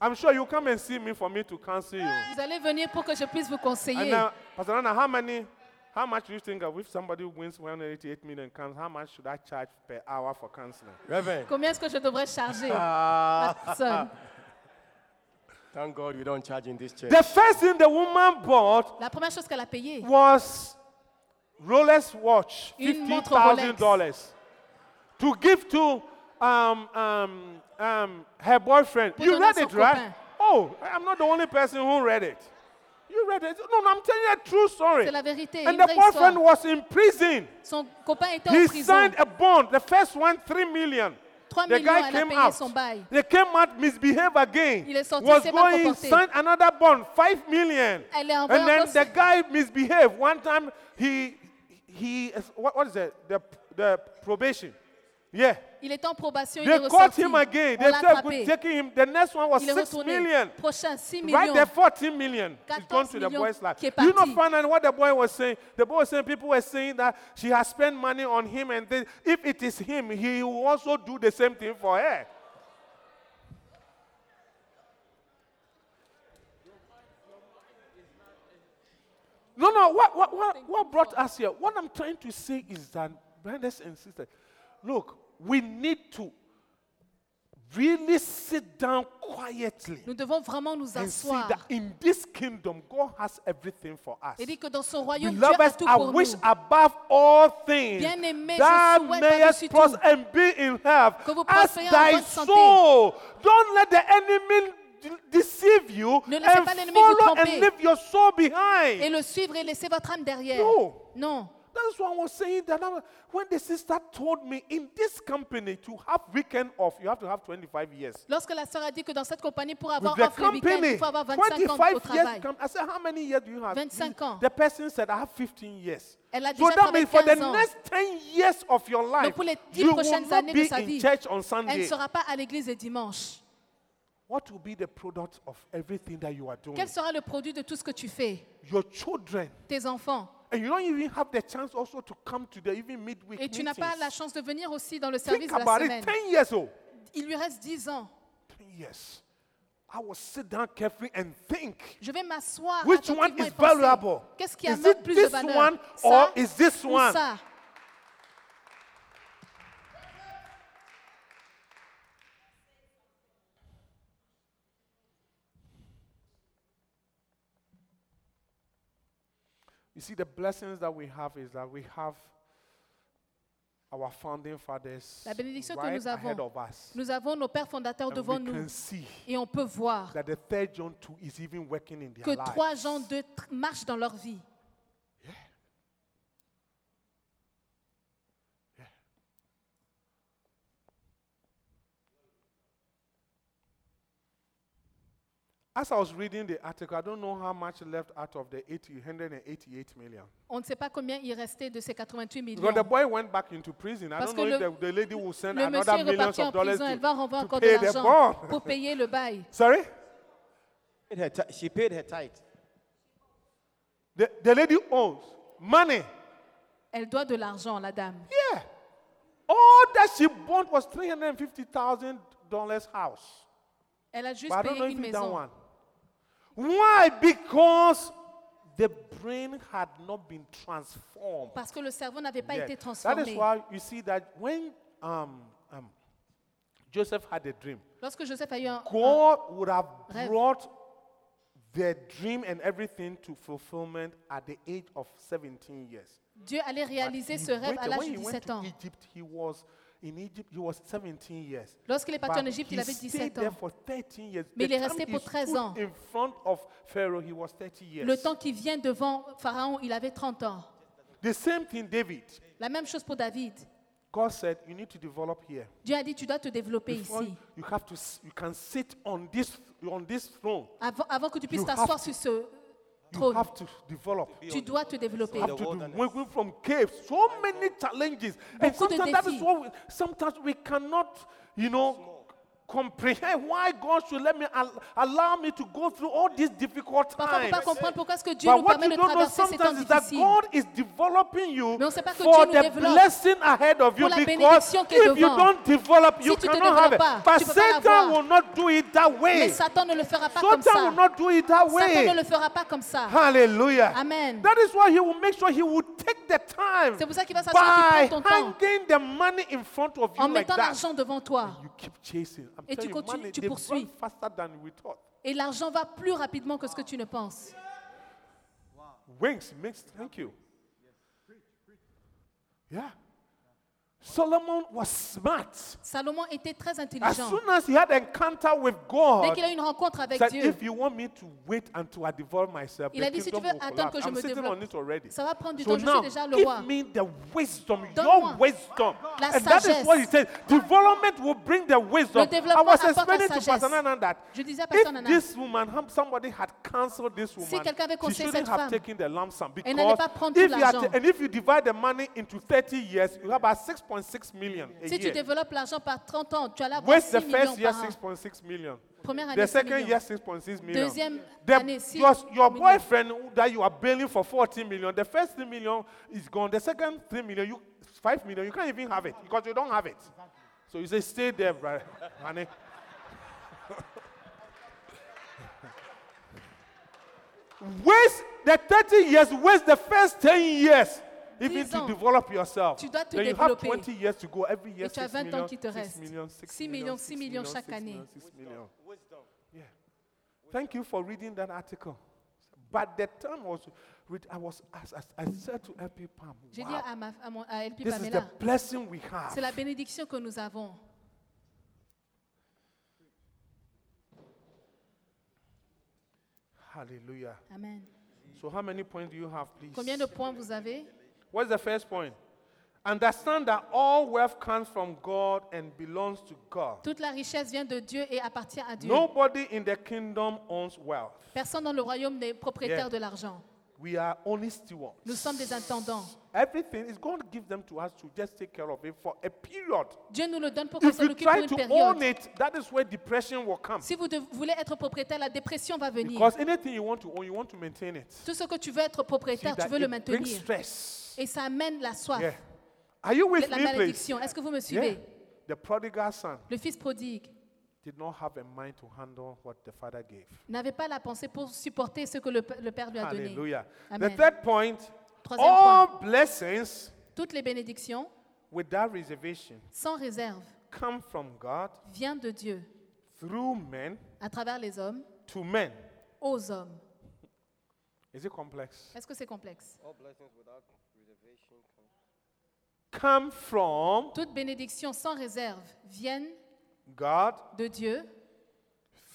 Speaker 3: I'm sure you come and see me for me to counsel you.
Speaker 4: Vous allez venir pour que je puisse vous
Speaker 3: And
Speaker 4: conseiller.
Speaker 3: now, Pastor Nana, how many, how much do you think of if somebody wins 188 million counts, how much should I charge per hour for counseling?
Speaker 5: Reverend,
Speaker 4: Combien est-ce que je devrais charger
Speaker 5: Ah.
Speaker 4: la personne
Speaker 5: thank God we don't charge in this church.
Speaker 3: The first thing the woman bought
Speaker 4: La première chose qu'elle a payée,
Speaker 3: was Rolex watch,
Speaker 4: Une
Speaker 3: fifty
Speaker 4: montre
Speaker 3: thousand
Speaker 4: Rolex.
Speaker 3: dollars, to give to um, um, um, her boyfriend.
Speaker 4: Pour
Speaker 3: you
Speaker 4: donner à
Speaker 3: read
Speaker 4: son
Speaker 3: it, right?
Speaker 4: copain.
Speaker 3: Oh, I- I'm not the only person who read it. You read it? No, no, I'm telling you a true story.
Speaker 4: c'est la vérité.
Speaker 3: And
Speaker 4: Une
Speaker 3: the
Speaker 4: vraie histoire.
Speaker 3: boyfriend was in prison.
Speaker 4: Son copain était en
Speaker 3: He
Speaker 4: prison.
Speaker 3: signed a bond. The first one, three million.
Speaker 4: Trois
Speaker 3: The
Speaker 4: millions,
Speaker 3: guy
Speaker 4: elle a
Speaker 3: came
Speaker 4: payé son bail.
Speaker 3: out. They came out, misbehave again.
Speaker 4: Il est sorti,
Speaker 3: was
Speaker 4: s'est mal
Speaker 3: going,
Speaker 4: comporté.
Speaker 3: signed another bond, five million.
Speaker 4: Elle est
Speaker 3: and
Speaker 4: envoyée
Speaker 3: then
Speaker 4: encore
Speaker 3: the
Speaker 4: sur-
Speaker 3: guy misbehaved. One time he he what, what is it? The the probation. Yeah.
Speaker 4: Il était en probation. il
Speaker 3: they
Speaker 4: est
Speaker 3: caught
Speaker 4: ressorti.
Speaker 3: him again.
Speaker 4: On
Speaker 3: They
Speaker 4: l'a
Speaker 3: said
Speaker 4: attrapé.
Speaker 3: good taking him. The next one was
Speaker 4: Il est
Speaker 3: six
Speaker 4: retourné.
Speaker 3: million.
Speaker 4: Prochain, 6
Speaker 3: Right
Speaker 4: million.
Speaker 3: there, 14 million. It's
Speaker 4: 14
Speaker 3: gone to the
Speaker 4: million
Speaker 3: boy's life.
Speaker 4: qui est
Speaker 3: You know,
Speaker 4: parti.
Speaker 3: finally, what the boy was saying. The boy was saying people were saying that she has spent money on him, and this. if it is him, he will also do the same thing for her. No, no. What, what, what, what brought us here? What I'm trying to say is that, brothers and sisters, look, we need to really sit down quietly
Speaker 4: Nous devons vraiment nous
Speaker 3: and see
Speaker 4: asseoir
Speaker 3: that in this kingdom, God has everything for us.
Speaker 4: et dire que dans son royaume, Dieu a
Speaker 3: Beloved,
Speaker 4: tout
Speaker 3: I
Speaker 4: pour
Speaker 3: wish
Speaker 4: nous.
Speaker 3: above all things
Speaker 4: Bien-aimé, je
Speaker 3: that
Speaker 4: souhaite
Speaker 3: mayest
Speaker 4: par-dessus
Speaker 3: prosper
Speaker 4: tout
Speaker 3: and be in health
Speaker 4: que vous
Speaker 3: as
Speaker 4: prospériez en
Speaker 3: thy
Speaker 4: bonne santé.
Speaker 3: soul. Don't let the enemy d- deceive you
Speaker 4: Ne laissez
Speaker 3: and
Speaker 4: pas l'ennemi vous
Speaker 3: follow and
Speaker 4: tromper.
Speaker 3: leave your soul
Speaker 4: Et
Speaker 3: behind.
Speaker 4: le suivre et laisser votre âme derrière.
Speaker 3: No.
Speaker 4: Non.
Speaker 3: That's why I was saying that I- when the sister told me in this company to have weekend off, you have to have 25 years.
Speaker 4: Lorsque la sœur a dit que dans cette compagnie, pour avoir
Speaker 3: With the
Speaker 4: off le week-end,
Speaker 3: company,
Speaker 4: il faut avoir 25 ans au
Speaker 3: 25 years.
Speaker 4: travail.
Speaker 3: com- I said, how many years do you have?
Speaker 4: 25
Speaker 3: He-
Speaker 4: ans.
Speaker 3: The person said, I have 15 years.
Speaker 4: Elle a
Speaker 3: so
Speaker 4: déjà
Speaker 3: that means for the
Speaker 4: 15 ans.
Speaker 3: next 10 years of your life,
Speaker 4: Donc pour les 10
Speaker 3: you will
Speaker 4: prochaines
Speaker 3: not
Speaker 4: années de
Speaker 3: be
Speaker 4: sa
Speaker 3: in
Speaker 4: vie,
Speaker 3: church on
Speaker 4: elle ne
Speaker 3: Sunday.
Speaker 4: sera pas à l'église le dimanche.
Speaker 3: What will be the product of everything that you are doing?
Speaker 4: Quel sera le produit de tout ce que tu fais
Speaker 3: Your children.
Speaker 4: Tes enfants.
Speaker 3: And you don't even have the chance also to come to the even midweek
Speaker 4: Et tu n'as
Speaker 3: meetings.
Speaker 4: pas la chance de venir aussi dans le service
Speaker 3: Think
Speaker 4: de la
Speaker 3: about it.
Speaker 4: semaine.
Speaker 3: 10 years old.
Speaker 4: Il lui reste 10 ans.
Speaker 3: 10 years. I will sit down carefully and think.
Speaker 4: Je vais m'asseoir
Speaker 3: Which
Speaker 4: attentivement
Speaker 3: one is
Speaker 4: et penser,
Speaker 3: valuable?
Speaker 4: Qu'est-ce qui a
Speaker 3: Is
Speaker 4: le
Speaker 3: it
Speaker 4: plus de
Speaker 3: this
Speaker 4: valeur
Speaker 3: one
Speaker 4: Ça
Speaker 3: or is this
Speaker 4: ou
Speaker 3: one?
Speaker 4: ça
Speaker 3: You see, the blessings that we have is that we have our founding fathers
Speaker 4: La bénédiction que
Speaker 3: right
Speaker 4: nous
Speaker 3: ahead
Speaker 4: avons.
Speaker 3: of us.
Speaker 4: Nous avons nos pères fondateurs
Speaker 3: And
Speaker 4: devant
Speaker 3: we can
Speaker 4: nous.
Speaker 3: see
Speaker 4: Et on peut voir
Speaker 3: that the third John 2 is even working in their
Speaker 4: que
Speaker 3: lives.
Speaker 4: trois gens de tr- marchent dans leur vie.
Speaker 3: As I was reading the article, I don't know how much left out of the 80, 188 million.
Speaker 4: On ne sait pas combien il restait de ces 88 millions.
Speaker 3: Because the boy went back into prison. I
Speaker 4: Parce
Speaker 3: don't know
Speaker 4: que
Speaker 3: if the, the lady will send
Speaker 4: Le monsieur
Speaker 3: another
Speaker 4: est
Speaker 3: millions
Speaker 4: reparti
Speaker 3: of
Speaker 4: en
Speaker 3: dollars
Speaker 4: prison.
Speaker 3: to,
Speaker 4: Elle va
Speaker 3: to
Speaker 4: renvoyer encore de
Speaker 3: pay the
Speaker 4: l'argent
Speaker 3: bond.
Speaker 4: pour payer le bail.
Speaker 3: Sorry?
Speaker 5: Paid her ti- She paid her tithe.
Speaker 3: The, the lady owns money.
Speaker 4: Elle doit de l'argent, la dame.
Speaker 3: Yeah. All that she bought was $350,000 house.
Speaker 4: Elle a juste
Speaker 3: But I don't know
Speaker 4: payé
Speaker 3: if
Speaker 4: une
Speaker 3: it's that
Speaker 4: maison.
Speaker 3: one. Why? Because the brain had not been transformed.
Speaker 4: Parce que le cerveau n'avait pas
Speaker 3: yet.
Speaker 4: été
Speaker 3: That
Speaker 4: transformé.
Speaker 3: is why you see that when um, um, Joseph had a dream,
Speaker 4: Lorsque Joseph a eu un, un-
Speaker 3: God would Uh-huh. have
Speaker 4: Rêve.
Speaker 3: brought the dream and everything to fulfillment at the age of 17 years.
Speaker 4: Dieu allait réaliser
Speaker 3: He
Speaker 4: ce rêve
Speaker 3: went-
Speaker 4: à l'âge
Speaker 3: when
Speaker 4: de
Speaker 3: he went
Speaker 4: 17
Speaker 3: to
Speaker 4: ans.
Speaker 3: Egypt, he was in Egypt, he was 17 years.
Speaker 4: Lorsqu'il est parti
Speaker 3: But
Speaker 4: en Égypte, il
Speaker 3: he
Speaker 4: avait
Speaker 3: stayed
Speaker 4: 17
Speaker 3: there
Speaker 4: ans.
Speaker 3: for 13 years.
Speaker 4: Mais
Speaker 3: The
Speaker 4: il est
Speaker 3: time
Speaker 4: resté
Speaker 3: he
Speaker 4: pour 13
Speaker 3: stood
Speaker 4: ans.
Speaker 3: In front of Pharaoh, he was 30 years.
Speaker 4: Le temps qui vient devant Pharaon, il avait 30 ans.
Speaker 3: The same thing, David.
Speaker 4: La même chose pour David.
Speaker 3: God said, "You need to develop here.
Speaker 4: Dieu a dit, tu dois te développer
Speaker 3: Before
Speaker 4: ici.
Speaker 3: You have to. s- You can sit on this on this throne.
Speaker 4: Avant, avant que tu puisses
Speaker 3: You have
Speaker 4: t'asseoir
Speaker 3: to-
Speaker 4: sur ce
Speaker 3: You
Speaker 4: trône,
Speaker 3: have to develop.
Speaker 4: tu dois te développer.
Speaker 3: have to do
Speaker 5: wilderness.
Speaker 3: we went from caves, so many challenges, and
Speaker 4: Beaucoup de
Speaker 3: sometimes that is
Speaker 4: défis.
Speaker 3: what we, sometimes we cannot, you know, comprehend why God should let me al- allow me to go through all these difficult
Speaker 4: Parfois, on ne peut
Speaker 3: times.
Speaker 4: pas comprendre pourquoi est-ce que Dieu
Speaker 3: But
Speaker 4: nous
Speaker 3: what
Speaker 4: permet
Speaker 3: you
Speaker 4: de
Speaker 3: don't know
Speaker 4: traverser ces temps
Speaker 3: sometimes is that
Speaker 4: difficiles.
Speaker 3: God is developing you
Speaker 4: Mais on sait pas que
Speaker 3: for
Speaker 4: Dieu nous
Speaker 3: the
Speaker 4: développe
Speaker 3: blessing ahead of you
Speaker 4: pour la
Speaker 3: because
Speaker 4: bénédiction qui est
Speaker 3: if you
Speaker 4: devant.
Speaker 3: don't develop,
Speaker 4: Si
Speaker 3: you
Speaker 4: tu te
Speaker 3: cannot have it.
Speaker 4: développes pas,
Speaker 3: But
Speaker 4: tu peux pas
Speaker 3: Satan
Speaker 4: l'avoir.
Speaker 3: will not do it that
Speaker 4: Mais
Speaker 3: way.
Speaker 4: Satan ne le fera pas comme
Speaker 3: Satan will
Speaker 4: ça.
Speaker 3: not do it that
Speaker 4: Satan ne
Speaker 3: way.
Speaker 4: le fera pas comme ça.
Speaker 3: Hallelujah.
Speaker 4: Amen.
Speaker 3: That is why he will make sure he will take the time
Speaker 4: C'est pour ça qu'il va s'asseoir
Speaker 3: by
Speaker 4: qu'il prend ton temps
Speaker 3: hanging the money in front of you
Speaker 4: en
Speaker 3: like
Speaker 4: mettant
Speaker 3: that.
Speaker 4: l'argent devant toi.
Speaker 3: You keep chasing. I'm
Speaker 4: Et tu
Speaker 3: telling you,
Speaker 4: continues,
Speaker 3: money,
Speaker 4: tu
Speaker 3: they
Speaker 4: poursuis.
Speaker 3: run faster than we thought.
Speaker 4: Et l'argent va plus rapidement que ce que tu ne penses.
Speaker 3: Wings, mix, thank you. Yeah. Solomon was smart.
Speaker 4: Salomon était très
Speaker 3: As
Speaker 4: intelligent.
Speaker 3: soon as he had encounter with
Speaker 4: Dès
Speaker 3: God,
Speaker 4: qu'il a eu une rencontre avec
Speaker 3: said,
Speaker 4: Dieu,
Speaker 3: if you want me to wait until I develop myself,
Speaker 4: Il
Speaker 3: the
Speaker 4: a dit, si tu
Speaker 3: kingdom
Speaker 4: veux
Speaker 3: will
Speaker 4: attendre
Speaker 3: collapse.
Speaker 4: que je
Speaker 3: I'm
Speaker 4: me
Speaker 3: sitting
Speaker 4: développe,
Speaker 3: on it already.
Speaker 4: ça va prendre du
Speaker 3: so
Speaker 4: temps. Je
Speaker 3: now,
Speaker 4: suis déjà le
Speaker 3: give
Speaker 4: roi.
Speaker 3: me the wisdom, your
Speaker 4: Donne-moi
Speaker 3: wisdom.
Speaker 4: la
Speaker 3: and that is
Speaker 4: sagesse.
Speaker 3: what he said. Development will bring the wisdom. I
Speaker 4: développement
Speaker 3: was
Speaker 4: apporte la
Speaker 3: explaining to
Speaker 4: sagesse.
Speaker 3: Pastor Nana that
Speaker 4: Je disais à Pastor
Speaker 3: if
Speaker 4: Nana,
Speaker 3: this woman, hum- somebody had counseled this woman,
Speaker 4: quelqu'un avait
Speaker 3: she
Speaker 4: conseillé
Speaker 3: shouldn't
Speaker 4: cette
Speaker 3: have
Speaker 4: femme,
Speaker 3: taken the lump sum.
Speaker 4: elle
Speaker 3: Because
Speaker 4: n'allait pas prendre tout
Speaker 3: if you had-
Speaker 4: l'argent.
Speaker 3: and if you divide the money into 30 years, you have about 6.6 million a
Speaker 4: si tu
Speaker 3: year.
Speaker 4: développes l'argent par 30 ans, tu as la
Speaker 3: Waste
Speaker 4: 6
Speaker 3: the
Speaker 4: millions
Speaker 3: first year
Speaker 4: par an.
Speaker 3: 6.6 million.
Speaker 4: Première année,
Speaker 3: The
Speaker 4: 6
Speaker 3: second
Speaker 4: millions.
Speaker 3: year 6.6 million.
Speaker 4: Deuxième
Speaker 3: The-
Speaker 4: année, six
Speaker 3: your, your
Speaker 4: millions.
Speaker 3: boyfriend who- that you are bailing for 14 million, the first 3 million is gone. The second 3 million, you 5 million, you can't even have it because you don't have it. So you say, stay there, brother, honey. waste the 30 years, waste the first 10 years. Even
Speaker 4: Dix
Speaker 3: to
Speaker 4: ans.
Speaker 3: develop yourself.
Speaker 4: Tu dois te
Speaker 3: Then you have
Speaker 4: développer.
Speaker 3: 20 years to go every year.
Speaker 4: Et tu as
Speaker 3: 6
Speaker 4: 20 ans
Speaker 3: million,
Speaker 4: qui te
Speaker 3: 6
Speaker 4: restent.
Speaker 3: million, 6
Speaker 4: 6
Speaker 3: million,
Speaker 4: millions,
Speaker 3: 6
Speaker 4: 6 millions
Speaker 3: million,
Speaker 4: chaque
Speaker 3: 6
Speaker 4: année.
Speaker 3: million, 6 million. Thank you for reading that article. But the time was, read- I was, as, as I said to LP Pam,
Speaker 4: J'ai dit
Speaker 3: wow,
Speaker 4: à, ma, à, mon, à LP
Speaker 3: this is the
Speaker 4: Pamela,
Speaker 3: blessing we
Speaker 4: c'est
Speaker 3: have.
Speaker 4: la bénédiction que nous avons.
Speaker 3: Hallelujah.
Speaker 4: Amen.
Speaker 3: So how many points do you have,
Speaker 4: Combien
Speaker 3: please?
Speaker 4: de points vous avez
Speaker 3: What's the first point? Understand that all wealth comes from God and belongs to God.
Speaker 4: Toute la richesse vient de Dieu et appartient à Dieu.
Speaker 3: Nobody in the kingdom owns wealth.
Speaker 4: Personne dans le royaume n'est propriétaire
Speaker 3: Yeah.
Speaker 4: de l'argent.
Speaker 3: We are only stewards.
Speaker 4: Nous sommes des intendants.
Speaker 3: Everything is going to give them to us to just take care of it for a period.
Speaker 4: Dieu nous le donne pour qu'on
Speaker 3: If
Speaker 4: s'en
Speaker 3: you
Speaker 4: occupe pour
Speaker 3: try
Speaker 4: une
Speaker 3: to own
Speaker 4: période.
Speaker 3: it, that is where depression will come.
Speaker 4: Si vous de- voulez être propriétaire, la dépression va venir.
Speaker 3: Because anything you want to own, you want to maintain it.
Speaker 4: Tout ce que tu veux être
Speaker 3: See
Speaker 4: propriétaire, tu
Speaker 3: that
Speaker 4: veux le
Speaker 3: it brings
Speaker 4: maintenir.
Speaker 3: stress.
Speaker 4: Et ça amène la soif,
Speaker 3: Yeah. Are you with
Speaker 4: la
Speaker 3: me, please?
Speaker 4: malédiction. Est-ce que vous me
Speaker 3: Yeah.
Speaker 4: suivez
Speaker 3: The prodigal son
Speaker 4: Le fils prodigue
Speaker 3: did not have a mind to handle what the father gave.
Speaker 4: n'avait pas la pensée pour supporter ce que le, p- le Père lui a donné.
Speaker 3: Hallelujah. The
Speaker 4: Amen.
Speaker 3: third point
Speaker 4: Troisième
Speaker 3: all blessings
Speaker 4: Toutes les bénédictions,
Speaker 3: without reservation
Speaker 4: sans réserve,
Speaker 3: come from God
Speaker 4: viennent de Dieu
Speaker 3: through men
Speaker 4: à travers les hommes,
Speaker 3: to men.
Speaker 4: aux hommes.
Speaker 3: Is it complex?
Speaker 4: Est-ce que c'est complexe
Speaker 3: Come from
Speaker 4: Toutes bénédictions sans réserve viennent
Speaker 3: God
Speaker 4: de Dieu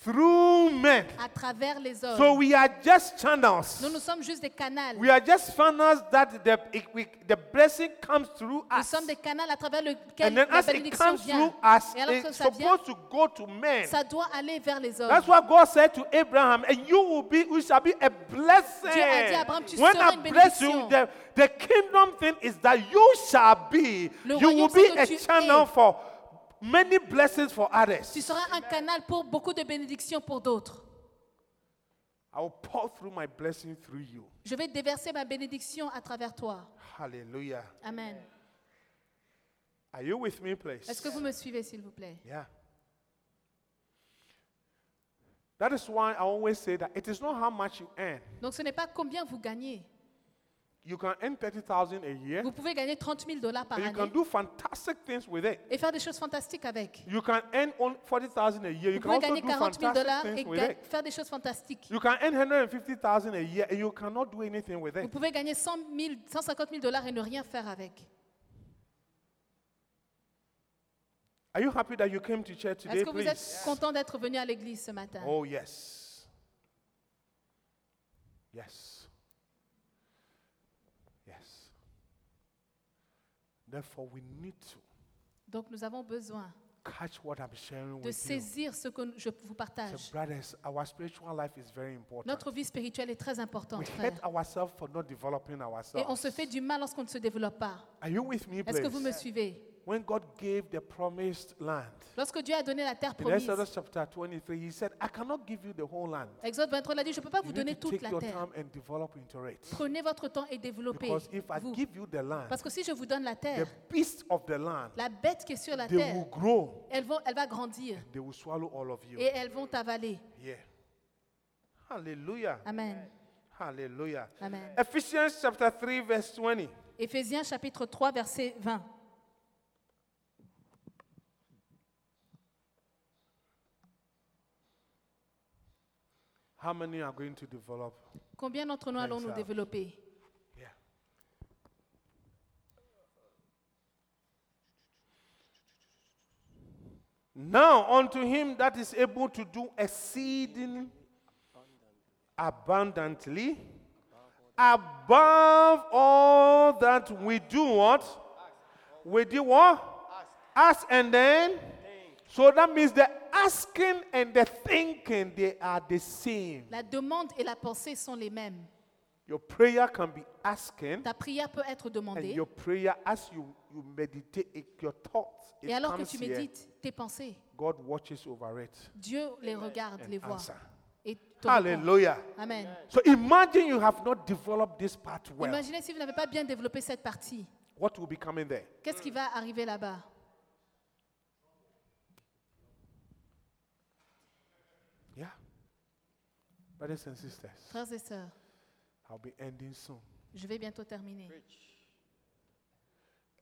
Speaker 3: through men.
Speaker 4: à travers les hommes.
Speaker 3: So we are just channels.
Speaker 4: Nous, nous sommes juste des canaux.
Speaker 3: We are just funnels that the, it- we- the blessing comes through
Speaker 4: Nous
Speaker 3: us.
Speaker 4: sommes des canaux à travers lesquels
Speaker 3: And then
Speaker 4: la
Speaker 3: as it
Speaker 4: bénédiction
Speaker 3: comes
Speaker 4: vient.
Speaker 3: through us,
Speaker 4: Et alors que
Speaker 3: it's
Speaker 4: ça vient,
Speaker 3: supposed to go to men.
Speaker 4: ça doit aller vers les hommes.
Speaker 3: That's what God said to Abraham, and you will be, you shall be a blessing.
Speaker 4: Dieu a dit à Abraham, tu
Speaker 3: when
Speaker 4: seras
Speaker 3: I
Speaker 4: une
Speaker 3: bless you,
Speaker 4: bénédiction.
Speaker 3: the, the kingdom thing is that you shall be,
Speaker 4: Le
Speaker 3: you will
Speaker 4: royaume,
Speaker 3: be
Speaker 4: c'est
Speaker 3: a
Speaker 4: que tu
Speaker 3: channel
Speaker 4: es.
Speaker 3: for many blessings for others.
Speaker 4: Tu seras un canal pour beaucoup de bénédictions pour d'autres.
Speaker 3: I will pour through my blessing through you.
Speaker 4: Je vais déverser ma bénédiction à travers toi.
Speaker 3: Hallelujah.
Speaker 4: Amen.
Speaker 3: Are you with me, please?
Speaker 4: Est-ce que vous me suivez, s'il vous plaît
Speaker 3: Yeah. That is why I always say that it is not how much you earn,
Speaker 4: Donc, ce n'est pas combien vous gagnez,
Speaker 3: You can earn 30,000 a year.
Speaker 4: Vous pouvez gagner 30 000 dollars par
Speaker 3: And you can
Speaker 4: année
Speaker 3: do fantastic things with it.
Speaker 4: et faire des choses fantastiques avec.
Speaker 3: You can earn on 40,000 a year. You
Speaker 4: Vous
Speaker 3: can
Speaker 4: pouvez
Speaker 3: also
Speaker 4: gagner
Speaker 3: do
Speaker 4: 40
Speaker 3: fantastic
Speaker 4: 000 dollars et
Speaker 3: things with
Speaker 4: ga-
Speaker 3: it.
Speaker 4: faire des choses fantastiques.
Speaker 3: You can earn 150,000 a year and you cannot do anything with
Speaker 4: Vous
Speaker 3: it.
Speaker 4: pouvez gagner 100 000, 150 000 dollars et ne rien faire avec.
Speaker 3: Are you happy that you came to church today,
Speaker 4: Est-ce que vous
Speaker 3: please?
Speaker 4: êtes content d'être venu à l'église ce matin
Speaker 3: Oh, yes. Yes. Yes. Therefore, we need to
Speaker 4: Donc nous avons besoin
Speaker 3: catch what I'm sharing
Speaker 4: de
Speaker 3: with you.
Speaker 4: saisir ce que je vous
Speaker 3: So,
Speaker 4: partage.
Speaker 3: brothers, our spiritual life is very important.
Speaker 4: Notre vie spirituelle est très importante,
Speaker 3: We
Speaker 4: frère.
Speaker 3: hate ourselves for not developing
Speaker 4: Et on
Speaker 3: ourselves.
Speaker 4: se fait du mal lorsqu'on ne se développe pas.
Speaker 3: Are you with me,
Speaker 4: Est-ce que vous me
Speaker 3: please?
Speaker 4: suivez
Speaker 3: When God gave the promised land,
Speaker 4: Lorsque Dieu a donné la terre
Speaker 3: in
Speaker 4: promise,
Speaker 3: Exodus chapter 23, He said, I cannot give you the whole land.
Speaker 4: Exode 23 l'a dit, je ne peux pas vous
Speaker 3: You need
Speaker 4: donner
Speaker 3: to
Speaker 4: toute
Speaker 3: take
Speaker 4: la
Speaker 3: your
Speaker 4: terre.
Speaker 3: time and develop into it.
Speaker 4: Prenez votre temps et développez.
Speaker 3: Because if I
Speaker 4: vous.
Speaker 3: give you the land,
Speaker 4: Parce que si je vous donne la
Speaker 3: the
Speaker 4: terre,
Speaker 3: beasts of the land,
Speaker 4: la bête qui est sur la
Speaker 3: they will
Speaker 4: terre,
Speaker 3: grow.
Speaker 4: elle va, elle va grandir
Speaker 3: They will swallow all of you.
Speaker 4: et elles vont t'avaler.
Speaker 3: Yeah. Hallelujah.
Speaker 4: Amen.
Speaker 3: Hallelujah.
Speaker 4: Amen.
Speaker 3: Ephesians chapter 3, verse 20.
Speaker 4: Éphésiens chapitre 3, verset 20.
Speaker 3: How many are going to develop?
Speaker 4: Combien d'entre nous
Speaker 3: Thanks,
Speaker 4: allons nous
Speaker 3: Al.
Speaker 4: développer
Speaker 3: Yeah. Now unto him that is able to do exceeding abundantly above all that we do what? We do what? Ask and then? So that means the asking and the thinking they are the same.
Speaker 4: La demande et la pensée sont les mêmes.
Speaker 3: Your prayer can be asking
Speaker 4: Ta prière peut être
Speaker 3: And
Speaker 4: demandée.
Speaker 3: your prayer, as you, you meditate, it, your thoughts, it
Speaker 4: Et alors que
Speaker 3: comes
Speaker 4: tu
Speaker 3: here,
Speaker 4: médites tes pensées,
Speaker 3: God watches over it.
Speaker 4: Dieu les regarde, les voit.
Speaker 3: answer.
Speaker 4: Et te répond.
Speaker 3: Hallelujah.
Speaker 4: Amen.
Speaker 3: So imagine you have not developed this part well.
Speaker 4: Imaginez si vous n'avez pas bien développé cette partie.
Speaker 3: What will be coming there?
Speaker 4: Qu'est-ce qui va arriver là-bas
Speaker 3: Yeah. Brothers and sisters,
Speaker 4: Frères et sœurs,
Speaker 3: I'll be ending soon.
Speaker 4: je vais bientôt terminer.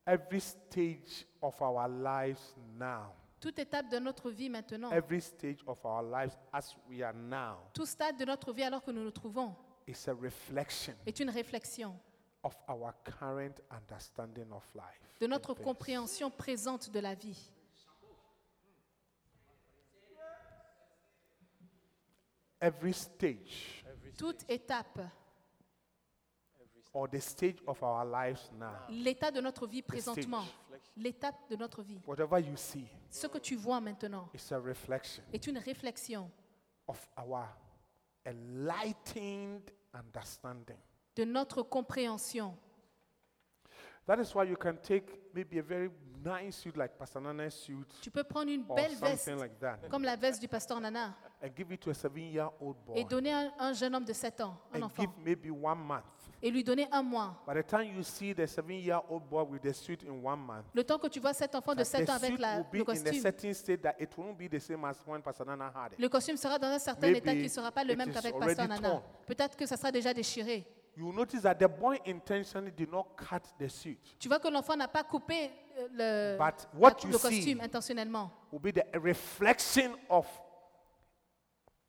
Speaker 3: Every stage of our lives now,
Speaker 4: Toute étape de notre vie maintenant,
Speaker 3: every stage of our lives as we are now,
Speaker 4: tout stade de notre vie alors que nous nous trouvons,
Speaker 3: is a reflection
Speaker 4: est une réflexion
Speaker 3: of our current understanding of life.
Speaker 4: de notre compréhension présente de la vie.
Speaker 3: Every stage
Speaker 4: Toute étape,
Speaker 3: or the stage of our lives now.
Speaker 4: l'état de notre vie présentement, l'étape de notre vie,
Speaker 3: Whatever you see
Speaker 4: ce que tu vois maintenant,
Speaker 3: is a reflection
Speaker 4: est une réflexion
Speaker 3: of our enlightened understanding.
Speaker 4: de notre compréhension.
Speaker 3: That is why you can take maybe a very nice suit, like Pastor Nana's suit,
Speaker 4: Tu peux prendre une
Speaker 3: or
Speaker 4: belle veste,
Speaker 3: something like that,
Speaker 4: comme la veste du pasteur Nana,
Speaker 3: and give it to a seven-year-old boy,
Speaker 4: et donner à un jeune homme de 7 ans, un
Speaker 3: and give
Speaker 4: enfant,
Speaker 3: maybe one month.
Speaker 4: et lui donner un mois.
Speaker 3: By the time you see the seven-year-old boy with the suit in one month,
Speaker 4: Le temps que tu vois cet enfant de
Speaker 3: the
Speaker 4: 7 ans avec
Speaker 3: suit
Speaker 4: la-
Speaker 3: will be
Speaker 4: le
Speaker 3: in a
Speaker 4: costume,
Speaker 3: certain state that it won't be the same as when Pastor Nana had it.
Speaker 4: le costume sera dans un certain
Speaker 3: Maybe
Speaker 4: état qui ne sera pas le
Speaker 3: it
Speaker 4: même
Speaker 3: is
Speaker 4: qu'avec
Speaker 3: already
Speaker 4: Pasteur Nana.
Speaker 3: torn.
Speaker 4: Peut-être que ça sera déjà déchiré.
Speaker 3: You will notice that the boy intentionally did not cut the suit.
Speaker 4: Tu vois que l'enfant n'a pas coupé euh, le,
Speaker 3: But what
Speaker 4: la-
Speaker 3: you
Speaker 4: le
Speaker 3: see-
Speaker 4: costume intentionnellement.
Speaker 3: will be the reflection of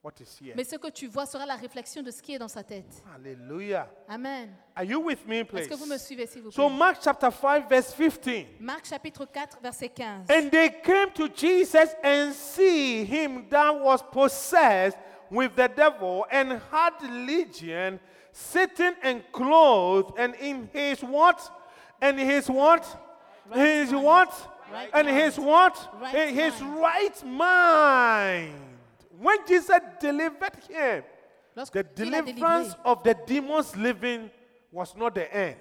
Speaker 3: what is here.
Speaker 4: Mais ce que tu vois sera la réflexion de ce qui est dans sa tête.
Speaker 3: Hallelujah.
Speaker 4: Amen.
Speaker 3: Are you with me, please?
Speaker 4: Est-ce que vous me suivez, s'il vous plaît
Speaker 3: So, Mark chapter 5, verse 15.
Speaker 4: Marc chapitre 4, verset 15.
Speaker 3: And they came to Jesus and see him that was possessed with the devil and had legion, sitting and clothed, and in his what? And his what? his what?
Speaker 4: Right
Speaker 3: and his what?
Speaker 4: Right
Speaker 3: in his
Speaker 4: mind.
Speaker 3: right mind. When Jesus delivered him,
Speaker 4: Lorsque
Speaker 3: the
Speaker 4: il a délivré,
Speaker 3: deliverance of the demons living was not the end.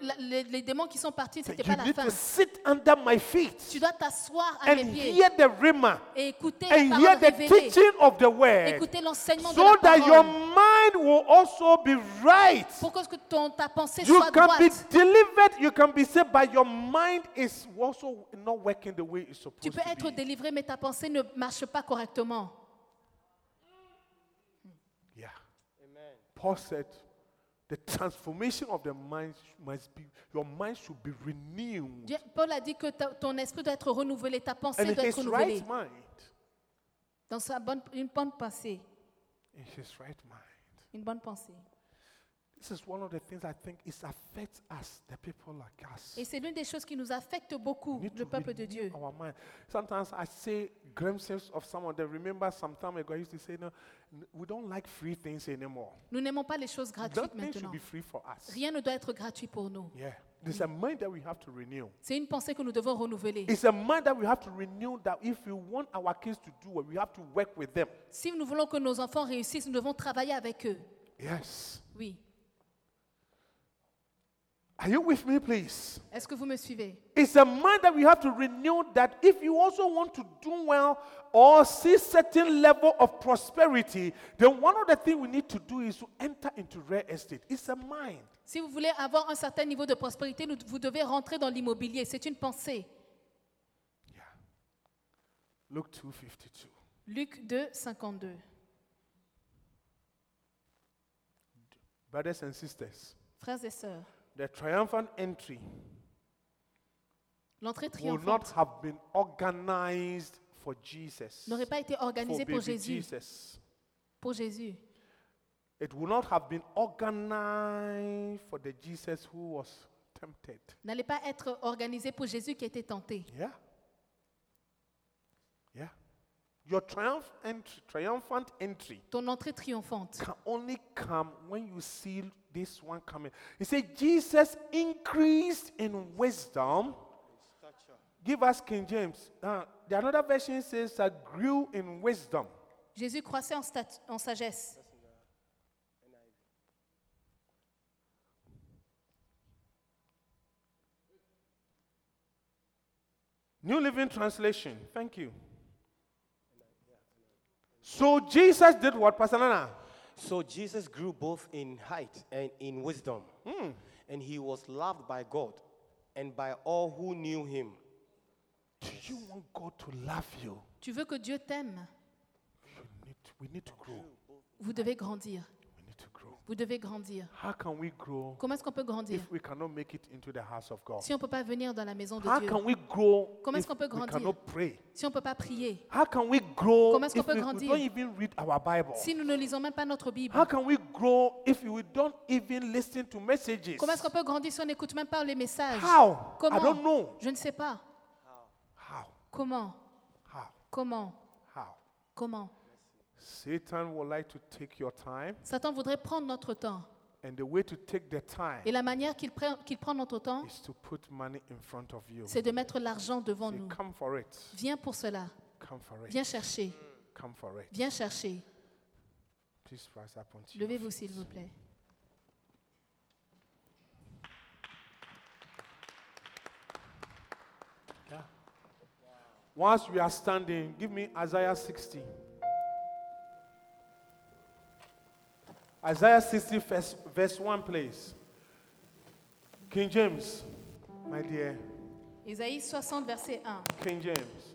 Speaker 4: la- les, les démons qui sont partis, ce n'était
Speaker 3: You
Speaker 4: pas la
Speaker 3: need
Speaker 4: fin.
Speaker 3: to sit under my feet
Speaker 4: Tu dois t'asseoir à mes
Speaker 3: and
Speaker 4: pieds
Speaker 3: hear the rima
Speaker 4: et écouter la
Speaker 3: and hear
Speaker 4: parole
Speaker 3: the
Speaker 4: révélée.
Speaker 3: teaching of the word
Speaker 4: Écouter l'enseignement de
Speaker 3: so
Speaker 4: la
Speaker 3: that your
Speaker 4: parole.
Speaker 3: mind will also be right.
Speaker 4: pour que ce que ton, ta pensée
Speaker 3: You
Speaker 4: soit
Speaker 3: can
Speaker 4: droite.
Speaker 3: be delivered, you can be saved, but your mind is also not working the way it's supposed
Speaker 4: Tu peux être
Speaker 3: to be.
Speaker 4: délivré, mais ta pensée ne marche pas correctement.
Speaker 3: Yeah. Paul said, The transformation of the mind must be, your mind should be renewed.
Speaker 4: Dieu- Paul a dit que ta- ton esprit doit être renouvelé, ta pensée
Speaker 3: And in
Speaker 4: doit être
Speaker 3: his
Speaker 4: renouvelée.
Speaker 3: right mind,
Speaker 4: Dans sa bonne, une bonne pensée.
Speaker 3: in his right mind.
Speaker 4: Une bonne pensée.
Speaker 3: This is one of the things I think is affects us, the people like us.
Speaker 4: Et c'est l'une des choses qui nous affecte beaucoup,
Speaker 3: need
Speaker 4: le
Speaker 3: to
Speaker 4: peuple de
Speaker 3: renew
Speaker 4: Dieu.
Speaker 3: Our mind. Sometimes I say glimpses of some of them. Remember, some time ago I used to say, no, n- we don't like free things anymore.
Speaker 4: Nous n'aimons pas les choses gratuites
Speaker 3: Nothing should
Speaker 4: maintenant.
Speaker 3: be free for us.
Speaker 4: Rien ne doit être gratuit pour nous.
Speaker 3: Yeah. There's a mind that we have to renew.
Speaker 4: C'est une pensée que nous devons renouveler.
Speaker 3: It's a mind that we have to renew that if we want our kids to do well, we have to work with them.
Speaker 4: Si nous voulons que nos enfants réussissent, nous devons travailler avec eux.
Speaker 3: Yes.
Speaker 4: Oui.
Speaker 3: Are you with me, please?
Speaker 4: Est-ce que vous me suivez
Speaker 3: It's a mind that we have to renew that if you also want to do well or see certain level of prosperity, then one of the things we need to do is to enter into real estate. It's a mind.
Speaker 4: Si vous voulez avoir un certain niveau de prospérité, nous- vous devez rentrer dans l'immobilier. C'est une pensée.
Speaker 3: Yeah. Luke 252.
Speaker 4: Luc 2, 52.
Speaker 3: Brothers and sisters,
Speaker 4: Frères et sœurs,
Speaker 3: the triumphant entry
Speaker 4: l'entrée
Speaker 3: would not
Speaker 4: triomphante
Speaker 3: have been organized for Jesus.
Speaker 4: n'aurait pas été
Speaker 3: for
Speaker 4: organisée pour
Speaker 3: baby
Speaker 4: Jésus.
Speaker 3: Jesus.
Speaker 4: Pour Jésus.
Speaker 3: It would not have been organized for the Jesus who was tempted.
Speaker 4: N'allait pas être organisée pour Jésus qui était tenté.
Speaker 3: Yeah. Yeah. Your triumph entry, triumphant entry
Speaker 4: Ton entrée triomphante
Speaker 3: can only come when you see this one coming. He said, Jesus increased in wisdom. Give us King James. Uh, the another version says that grew in wisdom.
Speaker 4: Jésus croissait en, stat- en sagesse.
Speaker 3: New Living Translation. Thank you. So Jesus did what, Pastor Nana?
Speaker 5: So Jesus grew both in height and in wisdom,
Speaker 3: Hmm.
Speaker 5: and he was loved by God and by all who knew him.
Speaker 3: Do you want God to love you?
Speaker 4: Tu veux que Dieu t'aime
Speaker 3: you need to- we need to grow.
Speaker 4: Vous devez grandir.
Speaker 3: We need to grow.
Speaker 4: Vous devez grandir.
Speaker 3: How can we grow
Speaker 4: Comment est-ce qu'on peut grandir
Speaker 3: if we cannot make it into the house of God?
Speaker 4: si on ne peut pas venir dans la maison de
Speaker 3: How
Speaker 4: Dieu
Speaker 3: can we grow
Speaker 4: Comment est-ce
Speaker 3: if
Speaker 4: qu'on peut
Speaker 3: we
Speaker 4: grandir?
Speaker 3: cannot pray?
Speaker 4: Si on ne peut pas prier
Speaker 3: How can we grow
Speaker 4: Comment
Speaker 3: if
Speaker 4: est-ce qu'on peut
Speaker 3: we, we
Speaker 4: grandir?
Speaker 3: don't even read our Bible?
Speaker 4: Si nous ne lisons même pas notre Bible
Speaker 3: How can we grow if we don't even listen to messages?
Speaker 4: Comment est-ce qu'on peut grandir si on n'écoute même pas les messages
Speaker 3: How? I
Speaker 4: Comment
Speaker 3: don't know.
Speaker 4: Je ne sais pas.
Speaker 3: How?
Speaker 4: Comment
Speaker 3: How?
Speaker 4: Comment
Speaker 3: How?
Speaker 4: Comment
Speaker 3: Satan would like to take your time,
Speaker 4: Satan voudrait prendre notre temps.
Speaker 3: and the way to take the time
Speaker 4: Et la manière qu'il prend, qu'il prend notre temps,
Speaker 3: is to put money in front of you.
Speaker 4: c'est de mettre l'argent devant
Speaker 3: Say,
Speaker 4: nous.
Speaker 3: come for it.
Speaker 4: Viens pour cela.
Speaker 3: Come for it.
Speaker 4: Viens chercher.
Speaker 3: Come for it.
Speaker 4: Viens chercher.
Speaker 3: Please rise up onto your
Speaker 4: Levez-vous,
Speaker 3: feet.
Speaker 4: s'il vous plaît.
Speaker 3: Once we are standing, give me Isaiah 60. Isaiah 60, verse, verse 1, please. King James, my dear.
Speaker 4: Ésaïe 60, verset 1.
Speaker 3: King James.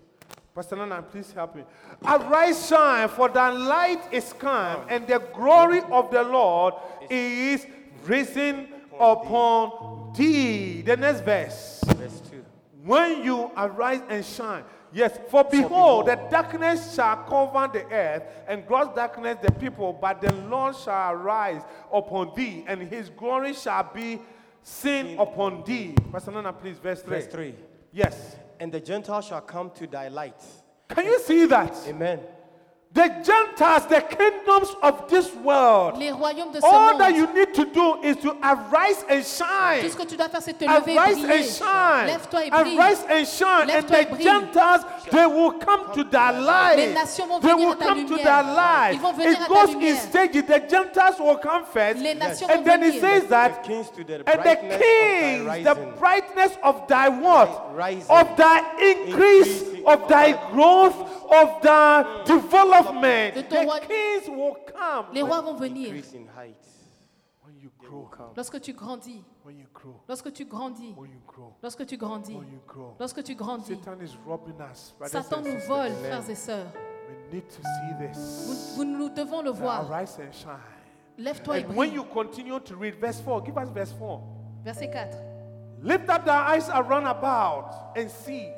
Speaker 3: Pastor Nana, please help me. Arise, shine, for thy light is come, and the glory of the Lord is risen upon thee. The next verse.
Speaker 5: Verse 2.
Speaker 3: When you arise and shine, yes, for behold, the darkness shall cover the earth, and gross darkness the people, but the Lord shall arise upon thee, and his glory shall be seen upon thee. Pastor Nana, please, verse 3.
Speaker 5: Verse 3.
Speaker 3: Yes.
Speaker 5: And the Gentiles shall come to thy light.
Speaker 3: Can you see that?
Speaker 5: Amen.
Speaker 3: The Gentiles, the kingdoms of this world.
Speaker 4: Les royaumes de ce
Speaker 3: All that
Speaker 4: monde.
Speaker 3: you need to do is to arise and shine.
Speaker 4: Tout ce que tu dois faire, c'est te lever et
Speaker 3: Arise and
Speaker 4: briller.
Speaker 3: shine.
Speaker 4: Lève-toi et brille.
Speaker 3: Arise and shine. And
Speaker 4: Lève-toi et
Speaker 3: the
Speaker 4: brille.
Speaker 3: Gentiles, they will come to thy light.
Speaker 4: Les nations vont
Speaker 3: They
Speaker 4: venir
Speaker 3: will
Speaker 4: à ta
Speaker 3: come to
Speaker 4: lumière.
Speaker 3: thy light.
Speaker 4: Ils vont venir à
Speaker 3: It
Speaker 4: ta
Speaker 3: goes in
Speaker 4: lumière.
Speaker 3: stages. The Gentiles will come first.
Speaker 4: Les nations
Speaker 3: And
Speaker 4: vont
Speaker 3: then it
Speaker 4: venir.
Speaker 3: says that.
Speaker 5: The kings to the
Speaker 3: And the
Speaker 5: brightness of thy
Speaker 3: kings, the
Speaker 5: rising.
Speaker 3: brightness of thy what?
Speaker 5: Rising.
Speaker 3: Of thy increase,
Speaker 5: Increasing
Speaker 3: of
Speaker 5: of
Speaker 3: thy
Speaker 5: thy
Speaker 3: growth, of thy development.
Speaker 4: De ton
Speaker 3: The
Speaker 4: roi-
Speaker 3: kings will come.
Speaker 4: Les rois vont venir.
Speaker 5: Increase in height.
Speaker 3: When you grow,
Speaker 4: Lorsque tu grandis.
Speaker 3: when you grow,
Speaker 4: Lorsque tu grandis.
Speaker 3: when Oh, you grow,
Speaker 4: Lorsque tu grandis.
Speaker 3: when you grow.
Speaker 4: Lorsque tu grandis.
Speaker 3: Satan is robbing us. brothers and
Speaker 4: Satan nous
Speaker 3: sisters.
Speaker 4: vole, frères et sœurs.
Speaker 3: We need to see
Speaker 4: Vous,
Speaker 3: this.
Speaker 4: vous- nous devons le
Speaker 3: Now
Speaker 4: voir.
Speaker 3: Arise and shine.
Speaker 4: Lève-toi et
Speaker 3: And when
Speaker 4: prie.
Speaker 3: you continue to read, verse 4, give us verse 4.
Speaker 4: Verset 4.
Speaker 3: Lift up thy eyes around about and see.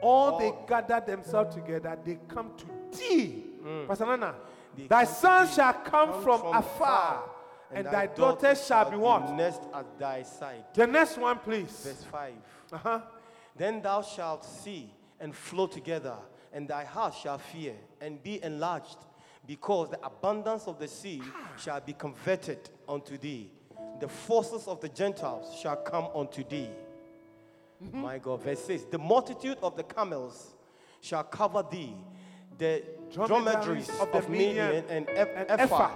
Speaker 3: All they gather themselves together, they come to thee. Pastor Nana,
Speaker 5: They
Speaker 3: thy
Speaker 5: come to
Speaker 3: sons
Speaker 5: thee,
Speaker 3: shall come, from, afar, and, thy daughters shall be what?
Speaker 5: Nest at thy side.
Speaker 3: The next one, please.
Speaker 5: Verse 5. Uh-huh. Then thou shalt see and flow together, and thy heart shall fear and be enlarged, because the abundance of the sea shall be converted unto thee. The forces of the Gentiles shall come unto thee.
Speaker 3: Mm-hmm.
Speaker 5: My God, verse 6. The multitude of the camels shall cover thee, the
Speaker 3: Dromedaries
Speaker 5: dromedaries
Speaker 3: of
Speaker 5: of,
Speaker 3: the
Speaker 5: Midian,
Speaker 3: Midian
Speaker 5: and, Eph-
Speaker 3: and
Speaker 5: Ephah.
Speaker 3: Ephah.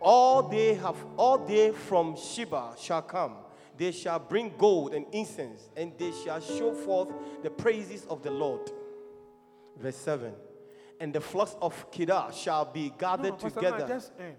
Speaker 5: All they have, all they from Sheba shall come. They shall bring gold and incense, and they shall show forth the praises of the Lord. Verse 7. And the flocks of Kedar shall be gathered
Speaker 3: Pastor Nana,
Speaker 5: together.
Speaker 3: just end.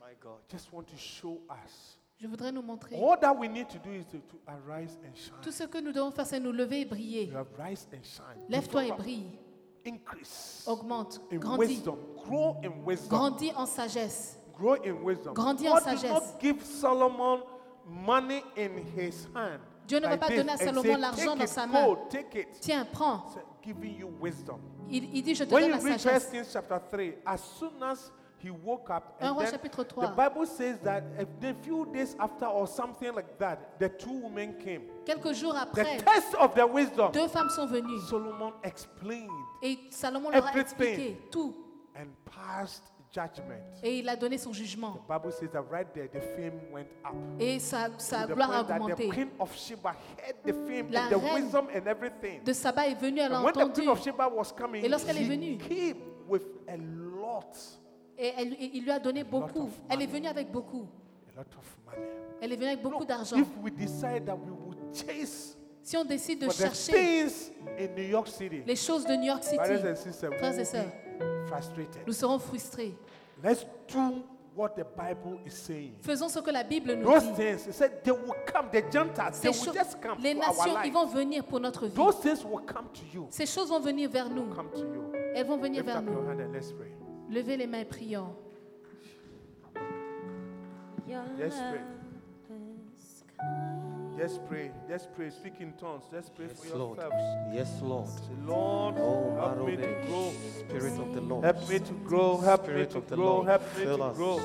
Speaker 5: My God.
Speaker 3: Just want to show us.
Speaker 4: Je voudrais nous montrer.
Speaker 3: All that we need to do is to, to arise and
Speaker 4: Tout
Speaker 3: shine.
Speaker 4: ce que nous devons faire, c'est nous lever et briller.
Speaker 3: You arise and shine.
Speaker 4: Lève-toi et
Speaker 3: Before-
Speaker 4: brille.
Speaker 3: Increase
Speaker 4: Augmente.
Speaker 3: in
Speaker 4: Grandis.
Speaker 3: wisdom. Grow in wisdom.
Speaker 4: Grandis en sagesse.
Speaker 3: grow in wisdom.
Speaker 4: Grandis en
Speaker 3: God did
Speaker 4: sagesse.
Speaker 3: not give Solomon money in his hand.
Speaker 4: Dieu ne va
Speaker 3: like
Speaker 4: pas
Speaker 3: this
Speaker 4: donner à
Speaker 3: and say,
Speaker 4: Salomon l'argent
Speaker 3: "Take
Speaker 4: dans
Speaker 3: it,
Speaker 4: sa
Speaker 3: go,
Speaker 4: main."
Speaker 3: Take it.
Speaker 4: Tiens, prends.
Speaker 3: So, giving you wisdom.
Speaker 4: Il, il dit, je te
Speaker 3: When you
Speaker 4: donne la
Speaker 3: read 1
Speaker 4: sagesse.
Speaker 3: Kings chapter 3, as soon as he woke up,
Speaker 4: Un
Speaker 3: and
Speaker 4: roi
Speaker 3: then
Speaker 4: chapitre
Speaker 3: the
Speaker 4: trois.
Speaker 3: Bible says that a- a few days after or something like that, the two women came.
Speaker 4: Quelques jours
Speaker 3: The
Speaker 4: après,
Speaker 3: test of their wisdom.
Speaker 4: deux femmes sont venues.
Speaker 3: Solomon explained
Speaker 4: Et Salomon leur a
Speaker 3: Everything.
Speaker 4: expliqué tout.
Speaker 3: and passed judgment.
Speaker 4: Et il a donné son
Speaker 3: The
Speaker 4: jugement.
Speaker 3: Bible says that right there, the fame went up.
Speaker 4: Et sa, sa
Speaker 3: to the
Speaker 4: gloire a
Speaker 3: point that
Speaker 4: augmenté.
Speaker 3: The queen of Sheba heard the fame
Speaker 4: La
Speaker 3: and the
Speaker 4: reine
Speaker 3: wisdom and everything.
Speaker 4: De Saba est venue, elle a
Speaker 3: And when the
Speaker 4: entendu.
Speaker 3: queen of Sheba was coming,
Speaker 4: Et lorsqu'elle est
Speaker 3: she
Speaker 4: venue.
Speaker 3: came with a lot,
Speaker 4: Et elle- et il lui a donné beaucoup.
Speaker 3: of
Speaker 4: Elle
Speaker 3: money.
Speaker 4: est venue avec beaucoup.
Speaker 3: a lot of money.
Speaker 4: Elle est venue avec beaucoup
Speaker 3: Look,
Speaker 4: d'argent.
Speaker 3: If we decide that we will chase
Speaker 4: Si on décide de
Speaker 3: for the
Speaker 4: chercher
Speaker 3: things in New York City,
Speaker 4: les choses de New York City,
Speaker 3: brothers and sisters, we
Speaker 4: frères et
Speaker 3: will
Speaker 4: sœurs,
Speaker 3: be frustrated.
Speaker 4: nous serons frustrés.
Speaker 3: Let's do what the Bible is saying.
Speaker 4: Faisons ce que la Bible nous
Speaker 3: Those
Speaker 4: dit.
Speaker 3: things, it said, they will come. The Gentiles, they
Speaker 4: Ces
Speaker 3: will
Speaker 4: choses,
Speaker 3: just come
Speaker 4: les
Speaker 3: to our
Speaker 4: nations, ils vont
Speaker 3: life.
Speaker 4: venir pour notre vie.
Speaker 3: Those things will come to you.
Speaker 4: Ces choses vont venir vers nous.
Speaker 3: Come to you.
Speaker 4: Elles vont venir
Speaker 3: Lift
Speaker 4: vers
Speaker 3: up
Speaker 4: nous.
Speaker 3: your hand and let's pray.
Speaker 4: Levez les mains et prions.
Speaker 3: Yes, pray. Just pray. Just pray. Speak in tongues. Just pray for
Speaker 5: Yes, Lord.
Speaker 3: yourselves.
Speaker 5: Yes, Lord.
Speaker 3: Say, Lord,
Speaker 5: Oh,
Speaker 3: help me to grow.
Speaker 5: Marode, Spirit of the Lord.
Speaker 3: Help me to grow. Help me
Speaker 5: Spirit
Speaker 3: to
Speaker 5: of the
Speaker 3: grow.
Speaker 5: Lord,
Speaker 3: Help me
Speaker 5: fill
Speaker 3: to
Speaker 5: us,
Speaker 3: grow.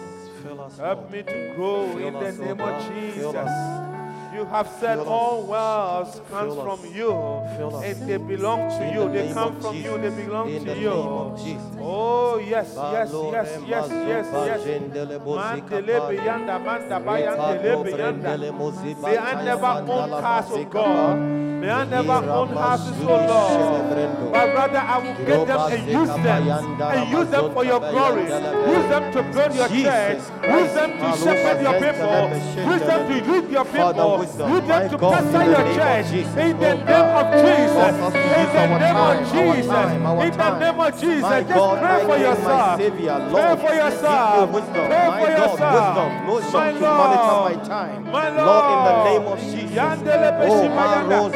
Speaker 5: Fill us,
Speaker 3: Help
Speaker 5: Lord.
Speaker 3: me to grow
Speaker 5: Fill
Speaker 3: in the
Speaker 5: us, O
Speaker 3: name
Speaker 5: God.
Speaker 3: of
Speaker 5: Fill us.
Speaker 3: Jesus. You have said
Speaker 5: Fill
Speaker 3: all
Speaker 5: us.
Speaker 3: wealth comes
Speaker 5: Fill us.
Speaker 3: from you,
Speaker 5: Fill us.
Speaker 3: and they belong to
Speaker 5: In
Speaker 3: you.
Speaker 5: the
Speaker 3: They
Speaker 5: name
Speaker 3: come
Speaker 5: of
Speaker 3: from you. They
Speaker 5: Jesus.
Speaker 3: belong
Speaker 5: In
Speaker 3: to
Speaker 5: the name of
Speaker 3: you.
Speaker 5: Jesus.
Speaker 3: Oh yes, yes, yes, yes, yes, yes. Mandelebe yanda, mandaba yandelebe yanda. May I never own cars, oh God. May I never own houses, oh Lord. But rather, I will get them and use them. And use them for your glory. Use them to build your church. Use them to shepherd your people. Use them to lead your people. Use them to pastor your church. In the name of Jesus. In the name of Jesus. In the name of Jesus. Just pray for yourself. Pray for yourself. Pray for yourself. My Lord. My Lord. Yandele
Speaker 5: Oh,
Speaker 3: Beshimaganda.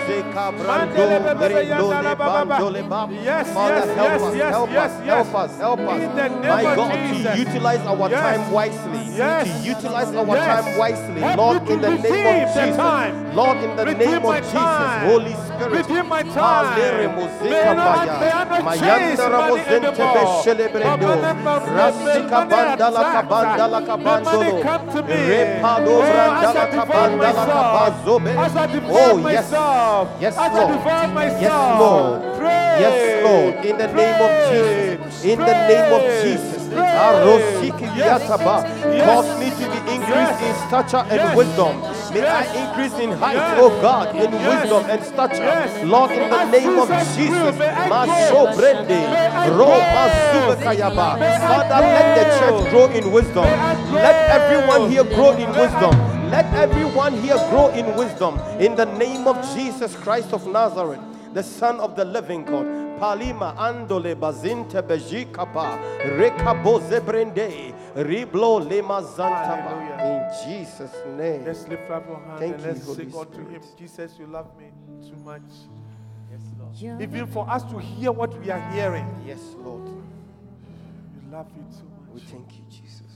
Speaker 3: Mandele Bebebe Yandala Bababa. Yes, yes, yes, yes, yes, yes.
Speaker 5: help us.
Speaker 3: In the name
Speaker 5: My
Speaker 3: of
Speaker 5: God,
Speaker 3: Jesus.
Speaker 5: to utilize our
Speaker 3: Yes.
Speaker 5: time wisely.
Speaker 3: Yes.
Speaker 5: To utilize our
Speaker 3: Yes.
Speaker 5: time wisely.
Speaker 3: Help
Speaker 5: Lord,
Speaker 3: me to
Speaker 5: in the name
Speaker 3: redeem
Speaker 5: of
Speaker 3: the
Speaker 5: Jesus.
Speaker 3: time.
Speaker 5: Lord, in the
Speaker 3: Redeem
Speaker 5: name
Speaker 3: my
Speaker 5: of Jesus.
Speaker 3: time.
Speaker 5: Holy Spirit.
Speaker 3: Redeem my time.
Speaker 5: Malere
Speaker 3: May I
Speaker 5: mozeka
Speaker 3: not, may I
Speaker 5: baya.
Speaker 3: not chase
Speaker 5: Mayandara
Speaker 3: money
Speaker 5: mozente
Speaker 3: anymore.
Speaker 5: beshelebrendo.
Speaker 3: But when I'm-
Speaker 5: Rasika
Speaker 3: when money
Speaker 5: bandala
Speaker 3: attracts,
Speaker 5: kabandala
Speaker 3: let money
Speaker 5: kabandolo.
Speaker 3: come to me.
Speaker 5: Repalo
Speaker 3: Oh, as
Speaker 5: brandala
Speaker 3: I devour
Speaker 5: kabandala
Speaker 3: myself,
Speaker 5: kabazobe.
Speaker 3: as I
Speaker 5: Oh,
Speaker 3: devour
Speaker 5: yes.
Speaker 3: myself,
Speaker 5: Yes,
Speaker 3: as I
Speaker 5: Lord.
Speaker 3: devour
Speaker 5: Yes, Lord.
Speaker 3: myself, pray,
Speaker 5: Yes, Lord. In the name of
Speaker 3: pray,
Speaker 5: Jesus. In the name of
Speaker 3: pray,
Speaker 5: Jesus.
Speaker 3: pray.
Speaker 5: Arosiki
Speaker 3: Yes.
Speaker 5: yataba.
Speaker 3: Yes.
Speaker 5: Cause me to be increased in
Speaker 3: Yes.
Speaker 5: stature
Speaker 3: Yes.
Speaker 5: and wisdom. May I
Speaker 3: Yes.
Speaker 5: increase in height,
Speaker 3: Yes.
Speaker 5: O God, in
Speaker 3: Yes.
Speaker 5: wisdom and stature.
Speaker 3: Yes.
Speaker 5: Lord, in the
Speaker 3: As
Speaker 5: name of
Speaker 3: Jesus will,
Speaker 5: Jesus.
Speaker 3: may I
Speaker 5: Maso
Speaker 3: grow.
Speaker 5: brende.
Speaker 3: May I
Speaker 5: Roba
Speaker 3: grow.
Speaker 5: subakayaba.
Speaker 3: May I
Speaker 5: Father, let
Speaker 3: grow.
Speaker 5: the church grow in wisdom.
Speaker 3: May I
Speaker 5: Let
Speaker 3: grow.
Speaker 5: everyone here grow in
Speaker 3: May I
Speaker 5: wisdom. Let everyone here grow in wisdom in the name of Jesus Christ of Nazareth, the Son of the Living God. Palima andole bazinte bejikapa rekabo zebrende riblo lema zantaba.
Speaker 3: Hallelujah.
Speaker 5: In Jesus' name.
Speaker 3: Let's lift up your hand
Speaker 5: Thank
Speaker 3: and
Speaker 5: you,
Speaker 3: let's
Speaker 5: Holy
Speaker 3: sing unto him,
Speaker 5: Spirit.
Speaker 3: Jesus, you love me too much. Even for us to hear what we are hearing,
Speaker 5: Yes, Lord.
Speaker 3: you love me too
Speaker 5: We
Speaker 3: much.
Speaker 5: thank you, Jesus.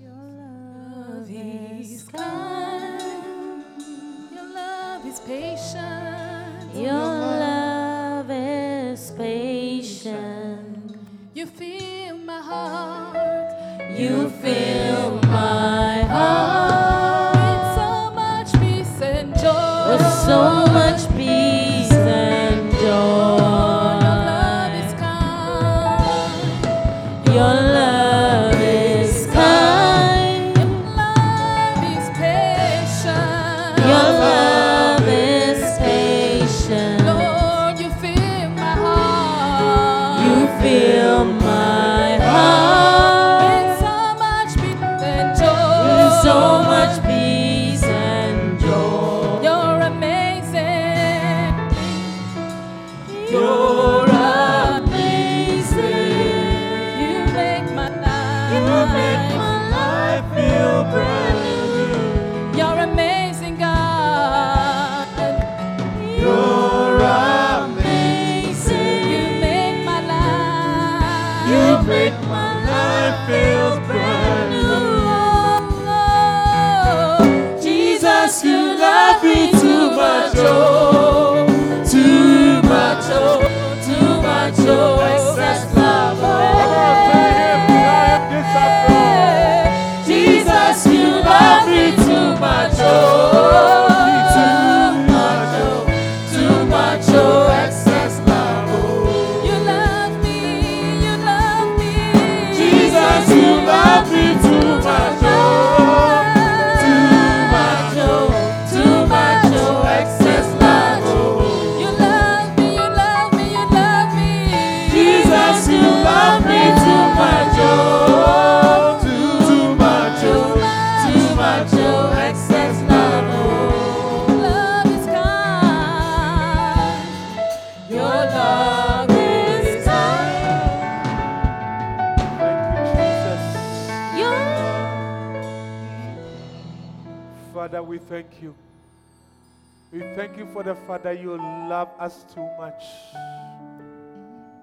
Speaker 2: Your
Speaker 4: love is kind. Your love is patient.
Speaker 2: Your love is patient.
Speaker 4: You fill my heart
Speaker 2: You fill my heart
Speaker 4: with so much peace and joy.
Speaker 2: with so much peace and
Speaker 4: Your love
Speaker 2: joy.
Speaker 4: is kind.
Speaker 2: Your love is kind.
Speaker 4: Love is patient.
Speaker 2: Your love is patient.
Speaker 4: Lord, you fill my heart.
Speaker 2: You fill my heart
Speaker 4: with so much peace and joy.
Speaker 2: with so much peace and joy.
Speaker 4: You're amazing.
Speaker 2: You're amazing.
Speaker 4: You make my
Speaker 2: You make
Speaker 4: life.
Speaker 2: my life feel brand new.
Speaker 4: You're amazing, God.
Speaker 2: You're amazing.
Speaker 4: You make my life.
Speaker 2: You make my life feel brand new. Jesus, you love me too much, oh, too much, oh, too much, oh, excess love. Oh, Jesus, you love me too much, oh, too much, oh, too much, oh, excess love. Oh.
Speaker 4: You love me. You love me.
Speaker 2: Jesus, you love me too much, oh, too much, oh, too much, oh, excess love, oh.
Speaker 4: You love me. You love me. You love me.
Speaker 2: Jesus, you love me too much, oh, too much, oh, too much, oh, excess love, oh.
Speaker 4: Love is kind.
Speaker 2: Your love is kind,
Speaker 3: Thank you, Jesus.
Speaker 2: your
Speaker 3: Father, we thank you. We thank you for the Father you love us too much.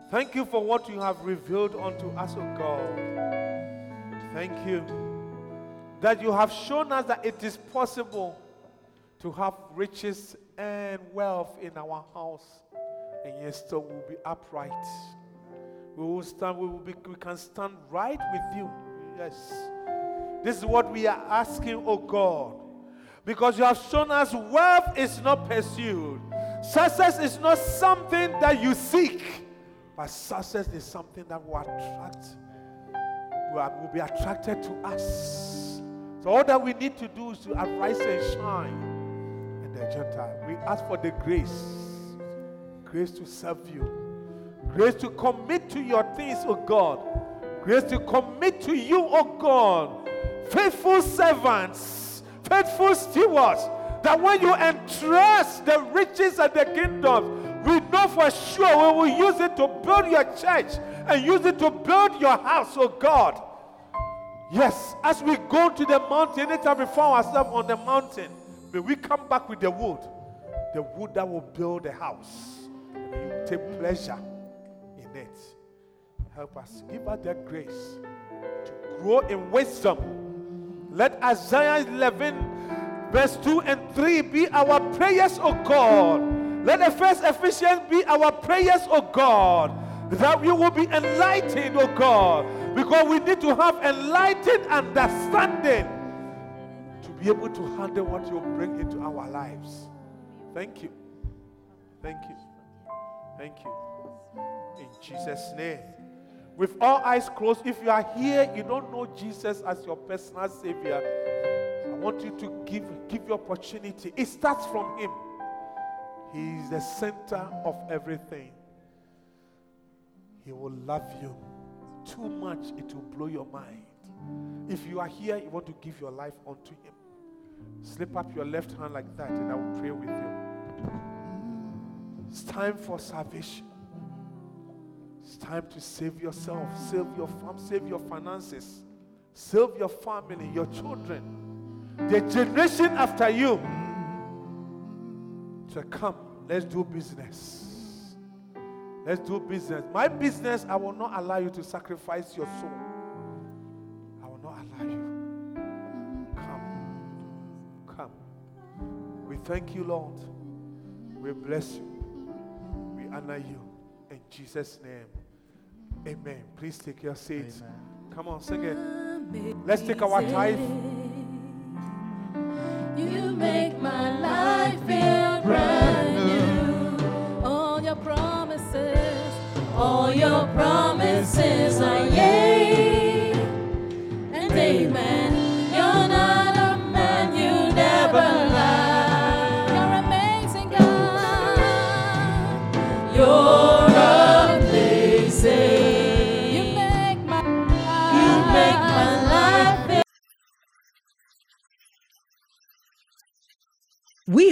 Speaker 3: Thank you for what you have revealed unto us, O God. Thank you that you have shown us that it is possible to have riches and wealth in our house, and yet still we'll be upright. We will stand, we will be, we can stand right with you. Yes. This is what we are asking, oh God. Because you have shown us wealth is not pursued. Success is not something that you seek, but success is something that will attract, will will be attracted to us. So all that we need to do is to arise and shine. And the Gentile, we ask for the grace, grace to serve you grace to commit to your things, O God. Grace to commit to you, O God. Faithful servants, faithful stewards, that when you entrust the riches of the kingdom, we know for sure we will use it to build your church and use it to build your house, O God. Yes, as we go to the mountain, anytime we found ourselves on the mountain, may we come back with the wood, the wood that will build the house. May you take pleasure in it. Help us. Give us that grace to grow in wisdom. Let Isaiah 11, verse 2 and 3 be our prayers, O God. Let the first Ephesians be our prayers, O God, that we will be enlightened, O God, because we need to have enlightened understanding to be able to handle what you bring into our lives. Thank you. Thank you. Thank you. In Jesus' name. With all eyes closed, if you are here, you don't know Jesus as your personal Savior, I want you to give, give your opportunity. It starts from Him, He is the center of everything. He will love you too much, it will blow your mind. If you are here, you want to give your life unto Him. Slip up your left hand like that, and I will pray with you. It's time for salvation. It's time to save yourself, save your farm, save your finances, save your family, your children, the generation after you. To come, let's do business. Let's do business. My business, I will not allow you to sacrifice your soul. I will not allow you. Come. thank you, Lord. We bless you. We honor you. In Jesus' name. Amen. Please take your seats. Come on, sing it. Let's take our tithe.
Speaker 4: You make my life feel brand new. All your promises, all your promises are yea and amen. You're not a man, you never lie. You're amazing God. You're amazing. You make my life. You make my life. feel
Speaker 6: We